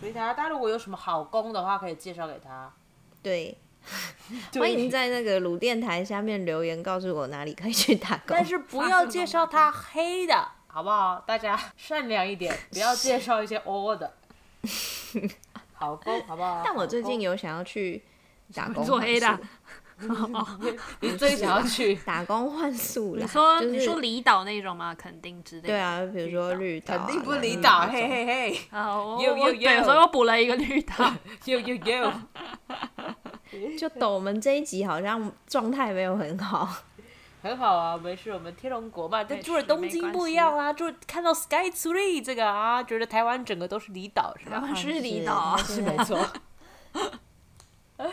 Speaker 1: 所以大家，大家如果有什么好功的话，可以介绍给他。
Speaker 2: 对，欢迎在那个鲁电台下面留言，告诉我哪里可以去打工
Speaker 1: 但。是不要介绍他黑的，好不好？大 家善良一点，不要介绍一些哦 的。好工，好不好？
Speaker 2: 但我最近哦有想要去打工，
Speaker 3: 做黑的啊。
Speaker 1: 你最想要 去
Speaker 2: 打工换宿啦。
Speaker 3: 你说、
Speaker 2: 就是
Speaker 3: 你说离岛那种吗？垦丁之类的。
Speaker 2: 对啊，比如说绿岛啊，
Speaker 1: 肯定不
Speaker 2: 蓝
Speaker 1: 离
Speaker 2: 屿
Speaker 1: 岛，
Speaker 2: 那种
Speaker 1: 嘿嘿嘿，
Speaker 3: 啊，我
Speaker 1: 有
Speaker 3: 我
Speaker 1: 有有
Speaker 3: 对，所以我补了一个绿 岛。
Speaker 1: 有有有，
Speaker 2: 啊就抖我们这一集好像状态没有很好，
Speaker 1: 很好啊，没事，我们天龙国嘛，但
Speaker 3: 没
Speaker 1: 住了
Speaker 3: 事
Speaker 1: 东
Speaker 3: 没
Speaker 1: 京
Speaker 3: 关
Speaker 1: 不一
Speaker 3: 系
Speaker 1: 样啦、住看到 Sky Tree 这个啊，觉得台湾整个都是离岛是
Speaker 3: 台
Speaker 1: 吧？
Speaker 3: 湾是离
Speaker 2: 是
Speaker 3: 岛啊，
Speaker 2: 是
Speaker 1: 是 没错。 哎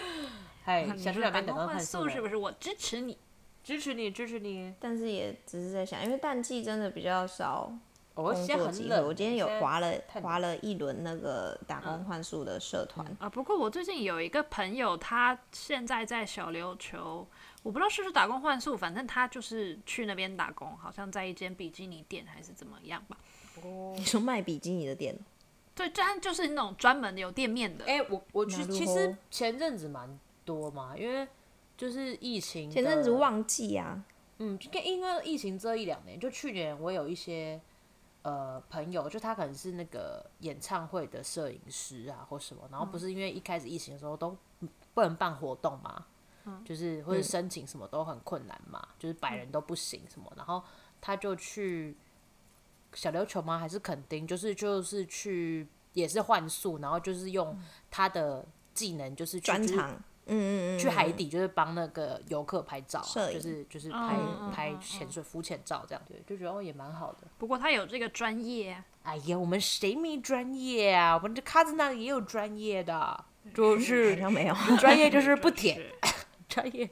Speaker 1: 嗨，
Speaker 3: 你
Speaker 1: 想去哪
Speaker 3: 说打
Speaker 1: 边打
Speaker 3: 工
Speaker 1: 工
Speaker 3: 换
Speaker 1: 换
Speaker 3: 宿是
Speaker 1: 吧？
Speaker 3: 不是？我支持你。
Speaker 1: 支持你，支持你。
Speaker 2: 但是也只是在想，因为淡季真的比较少
Speaker 1: 我
Speaker 2: 工
Speaker 1: 现在
Speaker 2: 作
Speaker 1: 很
Speaker 2: 机会。
Speaker 1: 冷，
Speaker 2: 我今天有
Speaker 1: 现在
Speaker 2: 划了
Speaker 1: 太冷
Speaker 2: 划了一轮那个打工换宿的社团，
Speaker 3: 啊，不过我最近有一个朋友，他现在在小琉球，我不知道是不是打工换宿，反正他就是去那边打工，好像在一间比基尼店还是怎么样吧。
Speaker 2: 你说卖比基尼的店，
Speaker 3: 对，但就是那种专门有店面的。
Speaker 1: 哎、我我其
Speaker 2: 哪路
Speaker 1: 其
Speaker 2: 吼
Speaker 1: 实前阵子蛮多嘛，因为就是疫情的，
Speaker 2: 前阵子旺季啊，
Speaker 1: 嗯，就跟因为疫情这一两年，就去年我有一些呃朋友，就他可能是那个演唱会的摄影师啊或什么，然后
Speaker 2: 嗯
Speaker 1: 不是因为一开始疫情的时候都不能办活动嘛，就是或者
Speaker 2: 嗯
Speaker 1: 申请什么都很困难嘛，就是百人都不行什么，然后他就去小琉球吗？还是垦丁？就是就是去也是换宿，然后就是用他的技能就是去
Speaker 2: 嗯专
Speaker 1: 就是
Speaker 2: 场，嗯嗯嗯，
Speaker 1: 去海
Speaker 2: 嗯
Speaker 1: 底就是帮那个游客拍照啊、
Speaker 2: 摄影
Speaker 1: 就是就是
Speaker 3: 嗯
Speaker 1: 拍、
Speaker 2: 嗯
Speaker 1: 拍
Speaker 3: 嗯
Speaker 1: 潜水浮潜照这样，对，就觉得哦也蛮好的。
Speaker 3: 不过他有这个专业，啊
Speaker 1: 哎呀，我们谁没专业啊？我们这卡子那里也有专业 的，就
Speaker 2: 嗯 好
Speaker 1: 是
Speaker 2: 像没有，
Speaker 1: 专业就是不
Speaker 3: 就
Speaker 1: 舔，
Speaker 3: 是
Speaker 1: 专业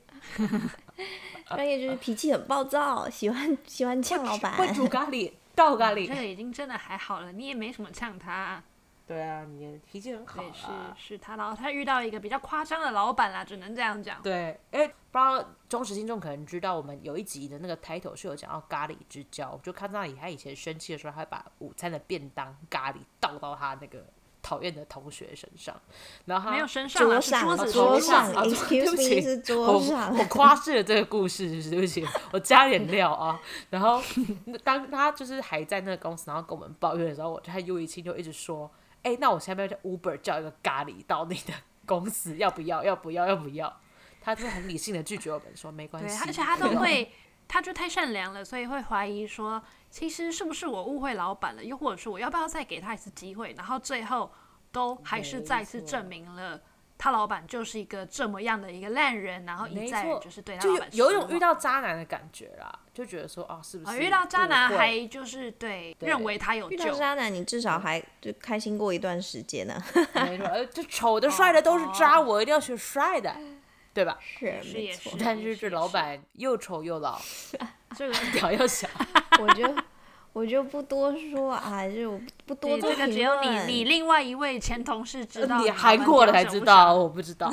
Speaker 2: 专业就是脾气很暴躁，喜欢喜欢呛老板，
Speaker 1: 会煮咖喱，倒咖
Speaker 3: 这
Speaker 1: 喱。
Speaker 3: 个已经真的还好了，你也没什么呛他。
Speaker 1: 对啊，你脾气很好
Speaker 3: 对，是
Speaker 1: 啊。
Speaker 3: 是他，然后他遇到一个比较夸张的老板啦，只能这样讲。
Speaker 1: 对，因为不知道忠实听众可能知道，我们有一集的那个 title 是有讲到咖喱之交，就看到你他以前生气的时候，他会把午餐的便当咖喱倒到他那个讨厌的同学身上，然后他
Speaker 3: 没有身上
Speaker 2: 桌
Speaker 3: 啊，是
Speaker 2: 上
Speaker 3: 桌
Speaker 2: 哦
Speaker 3: 子
Speaker 2: 桌
Speaker 1: 上啊
Speaker 2: 上
Speaker 1: 桌对
Speaker 2: ，excuse
Speaker 1: 不起
Speaker 2: me 是
Speaker 1: 我
Speaker 2: 桌上
Speaker 1: 我，夸饰了这个故事，是不是对不起， 我加点料啊。然 后那当他就是还在那个公司，然后跟我们抱怨的时候，我就和又一清就一直说，哎、那我下面就 Uber 叫一个咖喱到你的 公司，要不要？要不要？要不要？他就是很理性的拒绝我们说，没关
Speaker 3: 对，
Speaker 1: 系，
Speaker 3: 而且他 都会，他就太善良了，所以会怀疑说，其实是不是我误会老板了，又或者是我要不要再给他一次机会？然后最后都还是
Speaker 1: 没
Speaker 3: 再次
Speaker 1: 错
Speaker 3: 证明了。他老板就是一个这么样的一个烂人，然后一
Speaker 1: 没
Speaker 3: 再
Speaker 1: 错
Speaker 3: 就是对他
Speaker 1: 就
Speaker 3: 老
Speaker 1: 有
Speaker 3: 板
Speaker 1: 有一
Speaker 3: 失
Speaker 1: 种遇
Speaker 3: 望
Speaker 1: 到渣男的感觉啦，就觉得说，哦，是不
Speaker 3: 啊，
Speaker 1: 是
Speaker 3: 遇到渣
Speaker 1: 误
Speaker 3: 男
Speaker 1: 会
Speaker 3: 还就是对
Speaker 1: 对
Speaker 3: 认为他 有
Speaker 2: 遇到
Speaker 3: 救，
Speaker 2: 渣男你至少还就开心过一段时间呢，
Speaker 1: 没 错，呃，这丑
Speaker 3: 哦
Speaker 1: 的帅的都是渣，我一定要选帅的，对吧？
Speaker 2: 是
Speaker 3: 是
Speaker 2: 没
Speaker 3: 也
Speaker 2: 错
Speaker 3: 是，
Speaker 1: 但是这老
Speaker 3: 是
Speaker 1: 板又丑又老，
Speaker 3: 这个
Speaker 1: 屌又 小。
Speaker 2: 我就我就不多说啊，就不多
Speaker 3: 对
Speaker 2: 做
Speaker 3: 这个只
Speaker 2: 评
Speaker 3: 有你你
Speaker 2: 论。
Speaker 3: 另外一位前同事知道，
Speaker 1: 呃你
Speaker 3: 老板
Speaker 1: 韩国的
Speaker 3: 屌
Speaker 1: 才
Speaker 3: 小
Speaker 1: 知
Speaker 3: 不
Speaker 1: 道，哦
Speaker 3: 小，
Speaker 1: 我不知道。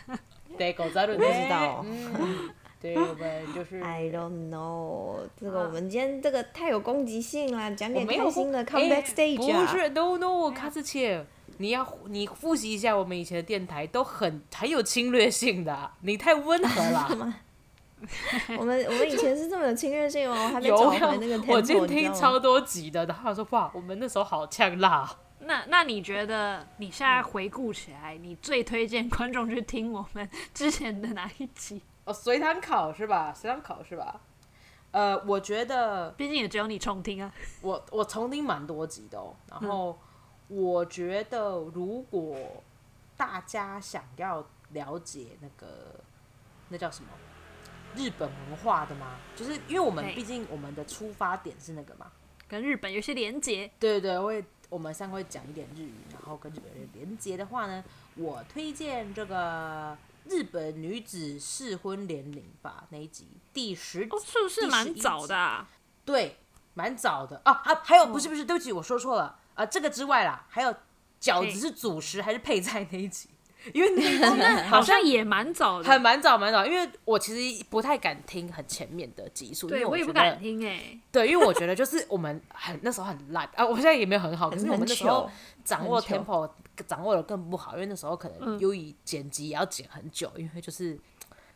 Speaker 1: 对，狗仔不
Speaker 2: 不知道
Speaker 1: 嗯， 对，我们就是。
Speaker 2: I don't know，这
Speaker 3: 啊
Speaker 2: 个我们今天这个太有攻击性啦，讲
Speaker 1: 我
Speaker 2: 点
Speaker 1: 没有
Speaker 2: 开心的，come
Speaker 1: 哎
Speaker 2: back stage
Speaker 1: 不
Speaker 2: 啊，
Speaker 1: 是，no no，卡斯切，你要你复习一下我们以前的电台，都很很有侵略性的啊，你太温和 了。
Speaker 2: 我们我们以前是这么有侵略性吗？哦我还没
Speaker 1: 有
Speaker 2: 找
Speaker 1: 我
Speaker 2: 回那个 tempo，
Speaker 1: 我今天
Speaker 2: 你知
Speaker 1: 听
Speaker 2: 道吗
Speaker 1: 超多集的，然后我说哇，我们那时候好呛辣啊。
Speaker 3: 那那你觉得你现
Speaker 1: 嗯
Speaker 3: 在回顾起来，你最推荐观众去听我们 之前的哪一集？
Speaker 1: 哦，随堂考是吧？随堂考是吧？呃，我觉得
Speaker 3: 毕竟也只有你重听啊。
Speaker 1: 我我重听蛮多集的、哦，然后我觉得如果大家想要了解那个那叫什么日本文化的嘛，就是因为我们
Speaker 3: 对
Speaker 1: 毕竟我们的出发点是那个嘛，
Speaker 3: 跟日本有些连结，
Speaker 1: 对对对，会我们三个会讲一点日语，然后跟日本人连接的话呢，我推荐这个日本女子适婚年龄吧那一集第十集
Speaker 3: 哦，是不是蛮早的、啊？
Speaker 1: 对，蛮早的啊啊！还有不是不是，对不起，我说错了啊。这个之外啦，还有饺子是主食还是配菜那一集，因为那 一集
Speaker 3: 哦好
Speaker 1: 好像
Speaker 3: 像也蛮早
Speaker 1: 很
Speaker 3: 的。
Speaker 1: 蛮早蛮早，因为我其实不太敢听很前面的集数，因
Speaker 3: 对，
Speaker 1: 为
Speaker 3: 我也
Speaker 1: 觉
Speaker 3: 不
Speaker 1: 得
Speaker 3: 敢听哎、
Speaker 1: 对，因为我觉得就是我们很那时候很烂啊，我现在也没有很好，可是我们
Speaker 2: 很
Speaker 1: 那时 候
Speaker 2: 糗
Speaker 1: 掌握
Speaker 2: 很糗
Speaker 1: tempo 掌握的更不好，因为那时候可
Speaker 3: 嗯
Speaker 1: 能由于剪辑也要剪很久，因为就是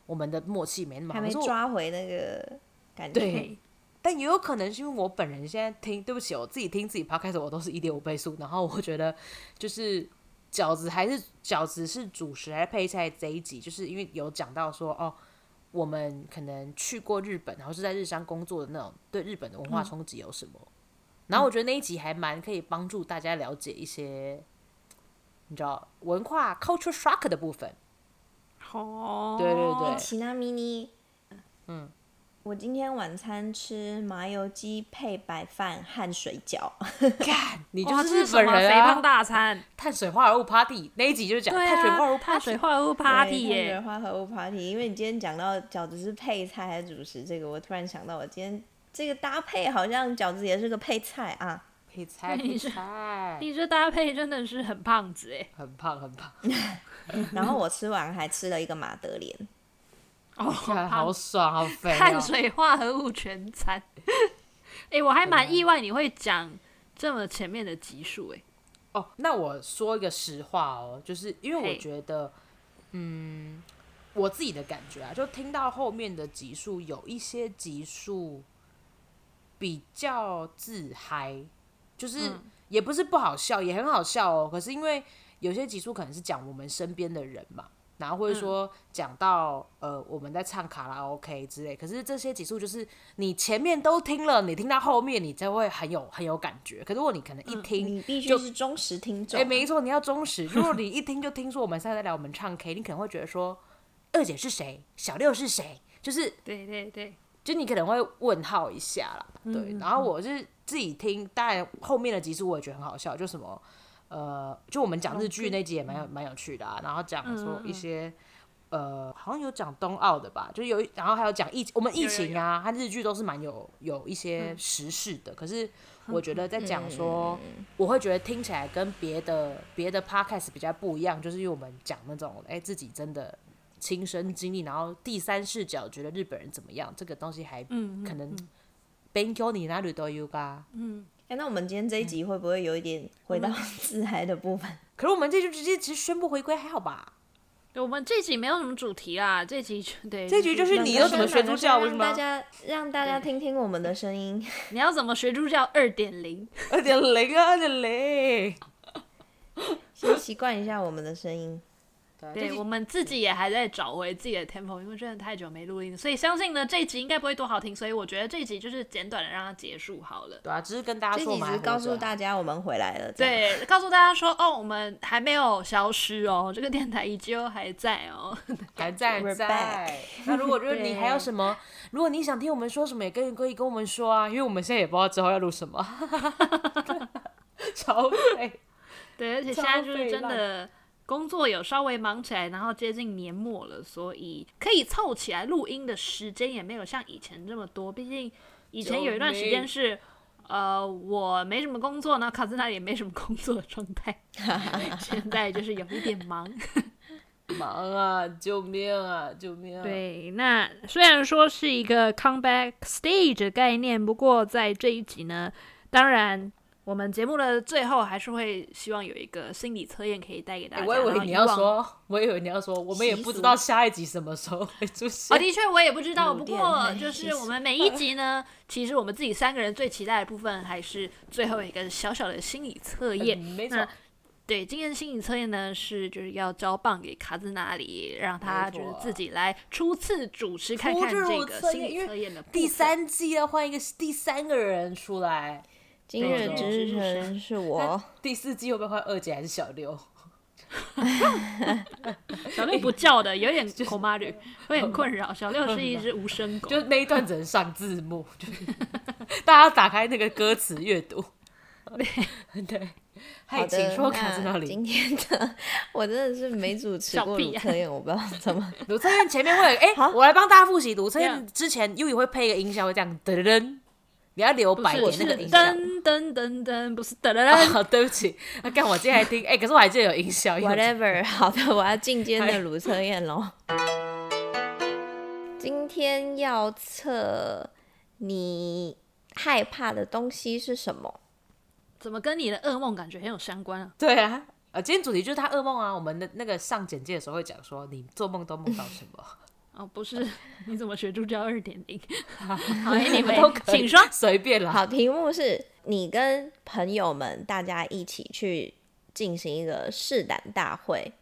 Speaker 1: 我们的默契没那么好，
Speaker 2: 还没
Speaker 1: 可是我
Speaker 2: 抓回那个感觉。
Speaker 1: 对，但也有可能是因为我本人现在听，对不起，我自己听自己 podcast 我都是一点五倍速，然后我觉得就是饺子还是饺子是主食还是配菜这一集，就是因为有讲到说哦，我们可能去过日本，然后是在日商工作的那种，对日本的文
Speaker 3: 嗯
Speaker 1: 化冲击有什么？然后我觉得那一集还蛮可以帮助大家了解一些，你知道文化 culture shock 的部分。
Speaker 3: 哦，
Speaker 1: 对对对
Speaker 2: 奇纳米尼，嗯，我今天晚餐吃麻油鸡配白饭和水饺，
Speaker 1: 干，你就
Speaker 3: 哇，这
Speaker 1: 是
Speaker 3: 哦是
Speaker 1: 日
Speaker 3: 什
Speaker 1: 本
Speaker 3: 么
Speaker 1: 人
Speaker 3: 肥
Speaker 1: 啊！
Speaker 3: 胖大餐？
Speaker 1: 碳水化合物 party 那一集就是讲
Speaker 3: 对
Speaker 1: 碳水化合
Speaker 3: 啊，
Speaker 1: 物 party，、
Speaker 3: 碳水化合物 party
Speaker 2: 对
Speaker 3: 耶、
Speaker 2: 碳水化合物 party。因为你今天讲到饺子是配菜还是主食，这个我突然想到，我今天这个搭配好像饺子也是个配菜啊。
Speaker 1: 配菜
Speaker 3: 你
Speaker 1: 配
Speaker 3: 是
Speaker 1: 菜，
Speaker 3: 你这搭配真的是很胖子哎、
Speaker 1: 很胖很胖，
Speaker 2: 然后我吃完还吃了一个马德莲，
Speaker 3: 哦，
Speaker 1: 看
Speaker 3: 胖
Speaker 1: 好爽 好肥、哦，
Speaker 3: 碳水化合物全餐。 哎、我还
Speaker 1: 啊
Speaker 3: 蛮意外你会讲这么前面的集数哎、
Speaker 1: 哦。那我说一个实话哦，就是因为我
Speaker 3: 嘿
Speaker 1: 觉得，嗯，我自己的感觉啊，就听到后面的集数，有一些集数比较自嗨，就是也不是不好笑，也很好笑哦。可是因为有些集数可能是讲我们身边的人嘛，然后或者说讲到、呃我们在唱卡拉 OK 之类，可是这些集数就是你前面都听了，你听到后面你才会很有很有感觉。可是如果你可能一听，
Speaker 2: 你必须
Speaker 1: 嗯就是
Speaker 2: 忠实听众
Speaker 1: 哎、
Speaker 2: 啊。
Speaker 1: 没错，你要忠 实。如果你一听就听说我们现在在聊我们唱 K，你可能会觉得说，二姐是谁，小六是谁，就是
Speaker 3: 对对对，
Speaker 1: 就你可能会问号一下啦，
Speaker 3: 嗯
Speaker 1: 对。然后我是自己听，当然后面的集数我也觉得很好笑，就什么呃，就我们讲日剧那集也蛮
Speaker 3: 嗯
Speaker 1: 有蛮有趣的啊，然后讲说一些。呃，好像有讲冬奥的吧，就是有一，然后还有讲疫，我们疫
Speaker 3: 有有
Speaker 1: 情
Speaker 3: 有嗯
Speaker 1: 啊，和日剧都是蛮有有一些时事的。可是我觉得在讲说，我会觉得听起来跟别的别的 podcast 比较不一样，就是因为我们讲那种哎、自己真的亲身经历，然后第三视角觉得日本人怎么样，这个东西还
Speaker 3: 嗯，
Speaker 1: 可能 benko 你那里都有吧。
Speaker 2: 哎、那我们今天这一集会不会有一点回到
Speaker 1: 嗯
Speaker 2: 自嗨 的部分？
Speaker 1: 可是我们这就直接其实宣布回归还好吧？
Speaker 3: 我们这集没有什么主题啦，这集就对，
Speaker 1: 这集就是你又怎么学猪叫？为什
Speaker 2: 让大
Speaker 1: 么？
Speaker 2: 家让大家听听我们的 声音。
Speaker 3: 你要怎么学猪叫二点零？
Speaker 1: 二点零啊，二点零。
Speaker 2: 先习惯一下我们的声音。
Speaker 1: 这
Speaker 3: 对
Speaker 1: 集
Speaker 3: 我们自己也还在找回自己的 tempo，因为真的太久没录音，所以相信呢这一集应该不会多好听，所以我觉得这一集就是简短的让它结束好了。
Speaker 1: 对啊，只是跟大家
Speaker 2: 这
Speaker 1: 说我
Speaker 2: 几
Speaker 1: 们
Speaker 2: 集
Speaker 1: 还
Speaker 2: 告
Speaker 1: 活着
Speaker 2: 诉
Speaker 1: 啊
Speaker 2: 大家我们回来了。这样，
Speaker 3: 对，告诉大家说哦，我们还没有消失哦，这个电台依旧还在哦。
Speaker 1: 还 在
Speaker 2: We're
Speaker 1: 在。那如果就是你还有什么，如果你想听我们说什么，也可以可以跟我们说啊，因为我们现在也不知道之后要录什么。 超累，
Speaker 3: 对，而且现在就是真的工作有稍微忙起来，然后接近年末了，所以可以凑起来录音的时间也没有像以前这么多。毕竟以前有一段时间是，呃，我没什么工作，然后卡斯纳也没什么工作的状 态。现在就是有一点忙。
Speaker 1: 忙啊！救命啊！救命、啊！，
Speaker 3: 对，那虽然说是一个 comeback stage 的概念，不过在这一集呢，当然我们节目的最后还是会希望有一个心理测验可以带给大家。
Speaker 1: 我以
Speaker 3: 然后
Speaker 1: 为你
Speaker 3: 哎以
Speaker 1: 要
Speaker 3: 往
Speaker 1: 说，我以为你要说，我们也
Speaker 2: 习
Speaker 1: 不知
Speaker 2: 俗
Speaker 1: 道下一集什么时候会出
Speaker 3: 哦，
Speaker 1: 现。
Speaker 3: 的确我也不知道。不
Speaker 2: 电
Speaker 3: 过
Speaker 2: 台
Speaker 3: 就是
Speaker 2: 其
Speaker 3: 我们每一集呢， 其实我们自己三个人最期待的部分还是最后一个小小的心理测 验。
Speaker 1: 嗯没
Speaker 3: 那
Speaker 1: 错，
Speaker 3: 对，今天的心理测验呢是就是要交棒给卡兹那里，让他
Speaker 1: 没
Speaker 3: 就是
Speaker 1: 错
Speaker 3: 自己来初次主持看
Speaker 1: 初
Speaker 3: 看
Speaker 1: 次
Speaker 3: 这
Speaker 1: 主测
Speaker 3: 个心
Speaker 1: 验因
Speaker 3: 理
Speaker 1: 为
Speaker 3: 测验的部
Speaker 1: 第
Speaker 3: 分。
Speaker 1: 三季要换一个第三个人出来，
Speaker 2: 今日的值日生是
Speaker 3: 哦
Speaker 2: 我。
Speaker 1: 第四季会不会换二姐还是小六？
Speaker 3: 小六不叫的，有 点恐妈绿，会很困扰。小六是一只无声狗，
Speaker 1: 就那一段只能上字幕，就是 大家打开那个歌词阅读。对，
Speaker 2: 好
Speaker 1: 嗨，
Speaker 2: 的，
Speaker 1: 请说卡在那
Speaker 2: 那今
Speaker 1: 里。
Speaker 2: 天的 我真的是没主持
Speaker 3: 小
Speaker 2: 过
Speaker 3: 屁
Speaker 2: 鲁
Speaker 3: 啊
Speaker 2: 测验，我不知道怎么。
Speaker 1: 鲁测验前面会有，哎、
Speaker 2: 好
Speaker 1: 我来帮大家复习鲁测
Speaker 3: 这
Speaker 1: 验
Speaker 3: 样
Speaker 1: 之前，优 i 会配一个音效，会这样噔噔，你要留
Speaker 3: 不
Speaker 1: 白
Speaker 3: 是
Speaker 1: 给
Speaker 3: 是
Speaker 1: 那个音效。
Speaker 3: 噔噔噔噔，不是噔噔噔。
Speaker 1: 啊，对不起，啊，干我今天还听，哎、可是我还记得有音
Speaker 2: 哎
Speaker 1: 效。因为我
Speaker 2: Whatever，好的，我要进阶的鲁测验喽。 今天要测你害怕的东西是什么？
Speaker 3: 怎么跟你的噩梦感觉很有相关啊？
Speaker 1: 对啊，呃，今天主题就是他噩梦啊。我们的那个上简介的时候会讲说，你做梦都梦到什么，
Speaker 3: 哦，不是， 你怎么学助教二点零？
Speaker 1: 好，
Speaker 3: anyway，
Speaker 1: 都可以
Speaker 3: 请说
Speaker 1: 随便啦。
Speaker 2: 好，题目是你跟朋友们大家一起去进行一个试胆大会，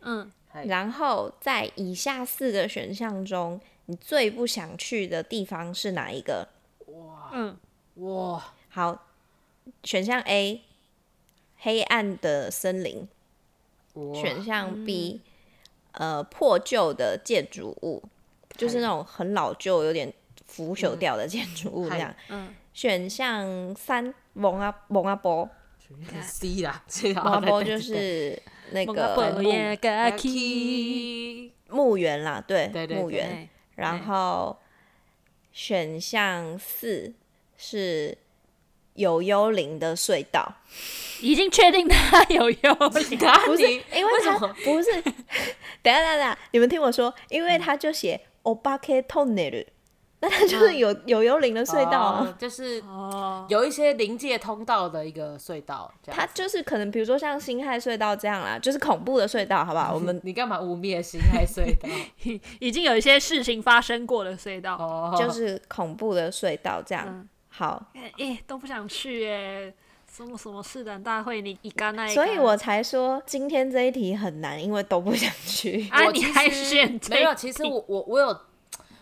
Speaker 3: 嗯，
Speaker 1: 嗨
Speaker 2: 然后在以下四个选项中，你最不想去的地方是哪一个？
Speaker 3: 嗯
Speaker 1: 哇，
Speaker 2: 好，选项 A，黑暗的森林；
Speaker 1: 哇嗯
Speaker 2: 选项 B，、呃，破旧的建筑物，就是那种很老旧、有点腐朽
Speaker 1: 嗯
Speaker 2: 掉的建筑物这
Speaker 1: 嗨
Speaker 2: 样。
Speaker 3: 嗯
Speaker 2: 选项三，蒙阿蒙阿波，
Speaker 1: 选项 C 啦，这个
Speaker 2: 蒙阿波就
Speaker 1: 哦对
Speaker 2: 是那
Speaker 3: 梦到
Speaker 2: 个
Speaker 3: 宝
Speaker 2: 墓
Speaker 3: 耶嘎奇，
Speaker 2: 墓园啦，对，
Speaker 1: 对对
Speaker 2: 墓
Speaker 1: 对
Speaker 2: 园。然后选项四是有幽灵的隧道。
Speaker 3: 已经确定他 有幽灵。
Speaker 1: 啊，
Speaker 2: 不是，
Speaker 1: 你
Speaker 2: 因为
Speaker 1: 什
Speaker 2: 他
Speaker 1: 么
Speaker 2: 不是。 等一下，等一下，你们听我说，因为他就写哦 Obake Tunnel，那 他就是有有幽灵的隧道
Speaker 1: 嗯哦
Speaker 2: 啊。
Speaker 1: 就是
Speaker 3: 哦，
Speaker 1: 有一些临界通道的一个隧道。这
Speaker 2: 他
Speaker 1: 样，
Speaker 2: 就是可能，比如说像辛亥隧道这样啦，就是恐怖的隧道，好不
Speaker 1: 嗯
Speaker 2: 好？我们
Speaker 1: 你干嘛污蔑辛亥隧 道？
Speaker 3: 已经有一些事情发生过了隧道，
Speaker 1: 哦，嗯
Speaker 2: 就是恐怖的隧道这样。好，
Speaker 3: 哎、都不想去哎、什么什么试胆大会，你一干那一
Speaker 2: 所以我才说今天这一题很难，因为都不想去。
Speaker 3: 啊，
Speaker 1: 我
Speaker 3: 你
Speaker 1: 其实
Speaker 3: 还选这
Speaker 1: 没有？
Speaker 3: 一
Speaker 1: 其实
Speaker 3: 题
Speaker 1: 我我我有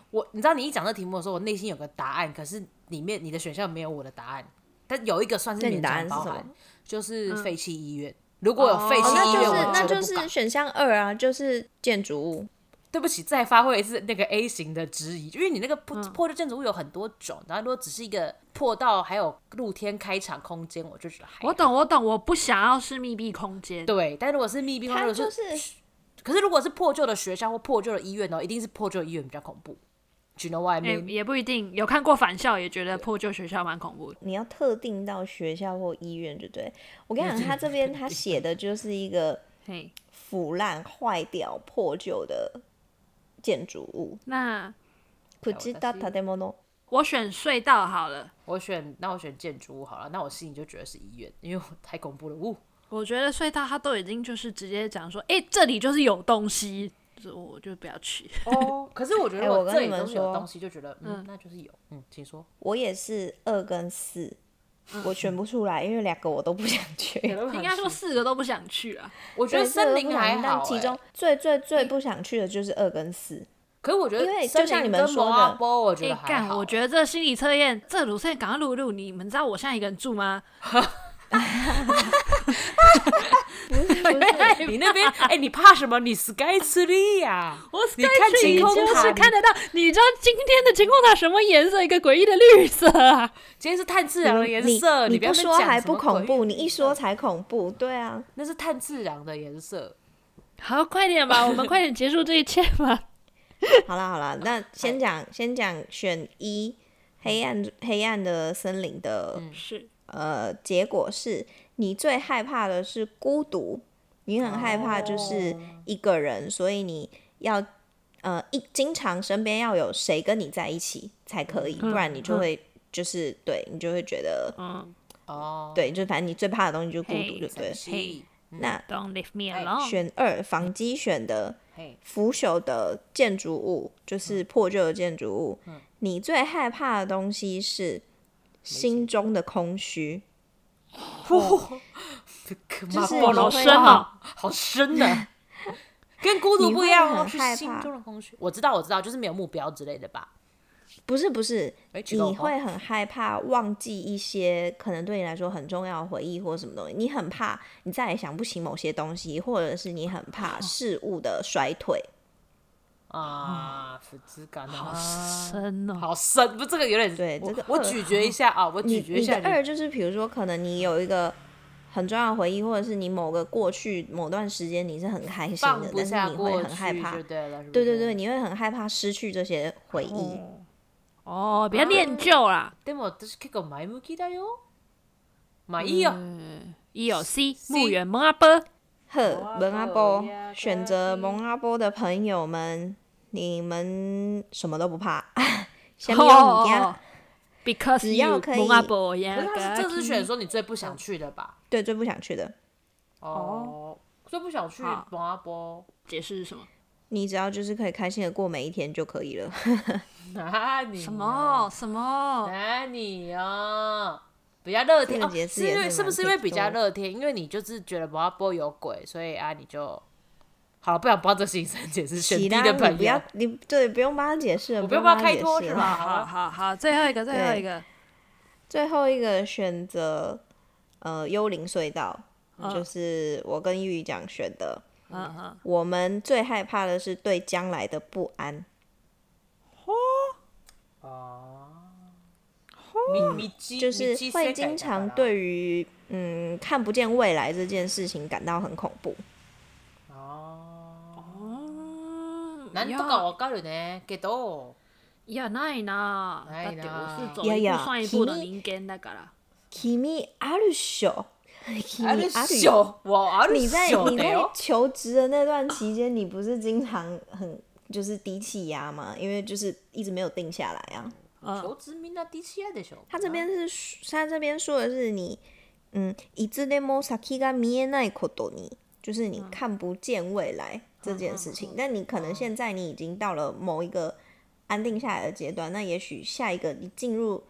Speaker 1: 我，你知道你一讲这题目的时候，我内心有个答案，可是里面你的选项没有我的答案，但有一个算是
Speaker 2: 那你
Speaker 1: 勉
Speaker 2: 答案
Speaker 1: 强
Speaker 2: 是
Speaker 1: 包
Speaker 2: 什
Speaker 1: 含
Speaker 2: 么，嗯
Speaker 1: 就是废弃医院。如果有
Speaker 3: 哦
Speaker 1: 废弃
Speaker 2: 哦，那
Speaker 1: 医
Speaker 2: 就
Speaker 1: 院，
Speaker 2: 是
Speaker 1: 啊我绝
Speaker 2: 那就
Speaker 1: 对不
Speaker 2: 是
Speaker 1: 敢。
Speaker 2: 选项二啊，就是建筑物。
Speaker 1: 对不起，再发挥一次那个 A 型的质疑，因为你那个破
Speaker 3: 嗯
Speaker 1: 破旧建筑物有很多种，然后如果只是一个破到还有露天开场空间，我就觉得还
Speaker 3: 我
Speaker 1: 好
Speaker 3: 懂，我懂，我不想要是密闭空间。
Speaker 1: 对，但如果是密闭空间，
Speaker 2: 它
Speaker 1: 如
Speaker 2: 就
Speaker 1: 果
Speaker 2: 是
Speaker 1: 可是如果是破旧的学校或破旧的医院呢，一定是破旧的医院比较恐怖。Do you know what I
Speaker 3: 也
Speaker 1: mean？
Speaker 3: 哎也不一定，有看过返校也觉得破旧学校蛮恐怖的。
Speaker 2: 你要特定到学校或医院，对不对？我跟你讲，他这边他写的就是一个
Speaker 3: 嘿，
Speaker 2: 腐烂、坏掉、破旧的建筑物。
Speaker 3: 那
Speaker 2: 不知道他的物。
Speaker 3: 我选隧道好了。
Speaker 1: 我选那我选建筑物好了，那我心里就觉得是医院，因为我太恐怖了。呜，
Speaker 3: 我觉得隧道它都已经就是直接讲说，诶，这里就是有东西，就是我就不要去。
Speaker 1: 哦， 可是我觉
Speaker 2: 哎
Speaker 1: 得
Speaker 2: 我
Speaker 1: 我
Speaker 2: 跟
Speaker 1: 这
Speaker 2: 你
Speaker 1: 里
Speaker 2: 们
Speaker 1: 都是有
Speaker 2: 说
Speaker 1: 东西，就觉得嗯，那就是有，嗯，请说。
Speaker 2: 我也是二跟四，
Speaker 1: 嗯
Speaker 2: 我选不出来，因为两个我都不想 去。
Speaker 3: 应该说四个都不想去啊。
Speaker 1: 我觉
Speaker 2: 对
Speaker 1: 得
Speaker 2: 这个
Speaker 1: 森
Speaker 2: 都不
Speaker 1: 林
Speaker 2: 想去
Speaker 1: 还好、
Speaker 2: 但其
Speaker 1: 欸
Speaker 2: 中最最最不想去的就是二跟四。
Speaker 1: 可是我觉得
Speaker 2: 因为
Speaker 1: 森
Speaker 2: 就像
Speaker 1: 林
Speaker 2: 你们
Speaker 1: 跟
Speaker 2: 说的
Speaker 1: 摩阿波，我觉
Speaker 3: 诶，
Speaker 1: 得还
Speaker 3: 干，
Speaker 1: 好。
Speaker 3: 我觉得这心理测验，这路线赶快录一录。你们知道我现在一个人住吗？
Speaker 1: 得 你那边，哎、你怕什么？你 Sky Tree 呀、
Speaker 3: 我
Speaker 1: 你看
Speaker 3: Skytree
Speaker 1: 晴空
Speaker 3: 就
Speaker 1: 塔
Speaker 3: 是
Speaker 1: 你
Speaker 3: 看得到。你知道今天的晴空塔什么颜色？一个诡异的绿色啊！
Speaker 1: 今天是炭自然的颜色，
Speaker 2: 你
Speaker 1: 不
Speaker 2: 不
Speaker 1: 要在那边
Speaker 2: 说
Speaker 1: 讲
Speaker 2: 还
Speaker 1: 什
Speaker 2: 不
Speaker 1: 么
Speaker 2: 恐
Speaker 1: 鬼
Speaker 2: 怖，你一说才恐怖。对啊，
Speaker 1: 那是炭自然的颜色。
Speaker 3: 好，快点吧，我们快点结束这一切吧。
Speaker 2: 好啦好啦，那先讲先讲选一，黑暗
Speaker 3: 嗯
Speaker 2: 黑暗的森林的、
Speaker 3: 是，
Speaker 2: 呃结果是你最害怕的是孤独，你很害怕就是一个人，所以你要呃一经常身边要有谁跟你在一起才可以，不然你就会就是对你就会觉得
Speaker 3: 嗯
Speaker 1: 哦，
Speaker 2: 对，就反正你最怕的东西就是孤
Speaker 3: 嘿
Speaker 2: 独，对不对
Speaker 1: 神？奇，
Speaker 2: 那
Speaker 3: ，Don't leave me
Speaker 1: 哎
Speaker 3: alone。
Speaker 2: 选二房基选的
Speaker 1: 嘿，
Speaker 2: 腐朽的建筑物，
Speaker 1: 嗯
Speaker 2: 就是破旧的建筑物。你最害怕的东西是心中的空虚，
Speaker 1: 哇
Speaker 2: 就是你
Speaker 1: 好
Speaker 2: 会
Speaker 1: 深哦
Speaker 3: 哇，
Speaker 1: 好深的， 跟孤独不一样
Speaker 2: 你会
Speaker 1: 哦，
Speaker 2: 很
Speaker 1: 是
Speaker 2: 害
Speaker 1: 心
Speaker 2: 怕
Speaker 1: 中的空虚。我知道，我知道，就是没有目标之类的吧。
Speaker 2: 不是不是，
Speaker 1: 哎，奇
Speaker 2: 你
Speaker 1: 怪我
Speaker 2: 会很害怕忘记一些可能对你来说很重要的回忆或什么东西，你很怕你再也想不起某些东西，或者是你很怕事物的衰退。
Speaker 1: 啊，负资感
Speaker 3: 好
Speaker 1: 好
Speaker 3: 深哦。
Speaker 1: 好深，不，这个有点
Speaker 2: 对
Speaker 1: 我
Speaker 2: 这个
Speaker 1: 我
Speaker 2: 二
Speaker 1: 咀嚼一下啊，我
Speaker 2: 你
Speaker 1: 咀嚼一
Speaker 2: 你
Speaker 1: 下
Speaker 2: 的二就是比如说，可能你有一个很重要的回忆，或者是你某个过去某段时间你是很开心
Speaker 1: 放
Speaker 2: 的，
Speaker 1: 不
Speaker 2: 但
Speaker 1: 下
Speaker 2: 是你
Speaker 1: 过
Speaker 2: 会
Speaker 1: 去
Speaker 2: 很害怕
Speaker 1: 就。对了，是不
Speaker 2: 对对
Speaker 1: 是
Speaker 2: 对，。你会很害怕失去这些回忆。
Speaker 3: 哦，不要念旧啦。
Speaker 1: でも私結構前向きだよ。まあいいよ。
Speaker 3: 一有 C，
Speaker 1: C
Speaker 3: 墓园蒙阿波。
Speaker 2: 呵，蒙阿
Speaker 1: 啊
Speaker 2: 波选择
Speaker 1: 嗯
Speaker 2: 蒙阿波的朋友们，你们什么都不怕， 先
Speaker 1: 哦
Speaker 2: 不用你家。
Speaker 3: 哦 Because
Speaker 2: 只要
Speaker 3: you
Speaker 2: 可以
Speaker 3: 蒙阿波呀
Speaker 1: 可是他是这是选说你最不想去的吧？
Speaker 2: 对，最不想去的，
Speaker 1: 어.哦，最不想去
Speaker 3: 好
Speaker 1: 蒙阿 波。
Speaker 3: 解释是什么？
Speaker 2: 你只要就是可以开心的过每一天就可以了。
Speaker 1: 哪里？
Speaker 3: 什
Speaker 2: 嗯
Speaker 3: 么？什么？
Speaker 1: 哪里啊？比较乐天
Speaker 2: 这
Speaker 1: 哦
Speaker 2: 个节，制
Speaker 1: 是因
Speaker 2: 也
Speaker 1: 为
Speaker 2: 是
Speaker 1: 是不
Speaker 2: 蛮
Speaker 1: 是因为
Speaker 2: 偏
Speaker 1: 比较
Speaker 2: 多
Speaker 1: 乐天？因为你就是觉得蒙阿波有鬼，所以啊你就好了，不想帮这行程解释选
Speaker 2: 其
Speaker 1: 弟
Speaker 2: 他
Speaker 1: 的
Speaker 2: 你
Speaker 1: 朋
Speaker 2: 不
Speaker 1: 友
Speaker 2: 要，，你对，不用帮他解释了，
Speaker 1: 我
Speaker 2: 不
Speaker 1: 不用
Speaker 2: 帮
Speaker 1: 帮
Speaker 2: 他
Speaker 1: 他
Speaker 2: 解
Speaker 1: 开脱
Speaker 2: 释
Speaker 1: 是
Speaker 2: 了
Speaker 1: 吧
Speaker 3: 好好好，最后一个，最后一个，
Speaker 2: 最后一个选择，呃，幽灵隧道，
Speaker 3: 嗯
Speaker 2: 就是我跟玉宇讲选的。
Speaker 3: 嗯嗯，
Speaker 2: 我们最害怕的是对将来的不安。
Speaker 1: 你你
Speaker 2: 就是会经常对于嗯看不见未来这件事情感到很恐怖。
Speaker 3: 哦
Speaker 1: なんとかわかるね。けど、
Speaker 3: いやないな
Speaker 1: ない
Speaker 3: だって
Speaker 1: な
Speaker 3: 我是走
Speaker 2: いやい
Speaker 3: 一
Speaker 2: や
Speaker 3: 步算一步的
Speaker 2: 君
Speaker 3: 人間だから。
Speaker 2: Kimi Arusho，Kimi
Speaker 1: ある
Speaker 2: Arusho
Speaker 1: っしょ。我ある
Speaker 2: 你在
Speaker 1: っしょ
Speaker 2: 你
Speaker 1: だ
Speaker 2: 在
Speaker 1: よ。
Speaker 2: 求职的那段期间，你不是经常很就是低气压吗？因为就是一直没有定下来啊。
Speaker 3: 嗯
Speaker 1: 求职みんな DCI でしょ。
Speaker 2: 他这边是说他这边说的是你，嗯，いつでも先が見えないことに，就是你
Speaker 1: 嗯
Speaker 2: 看不见未来这件事情。但你可能现在你已经到了某一个安定下来的阶段，那也许下一个你进入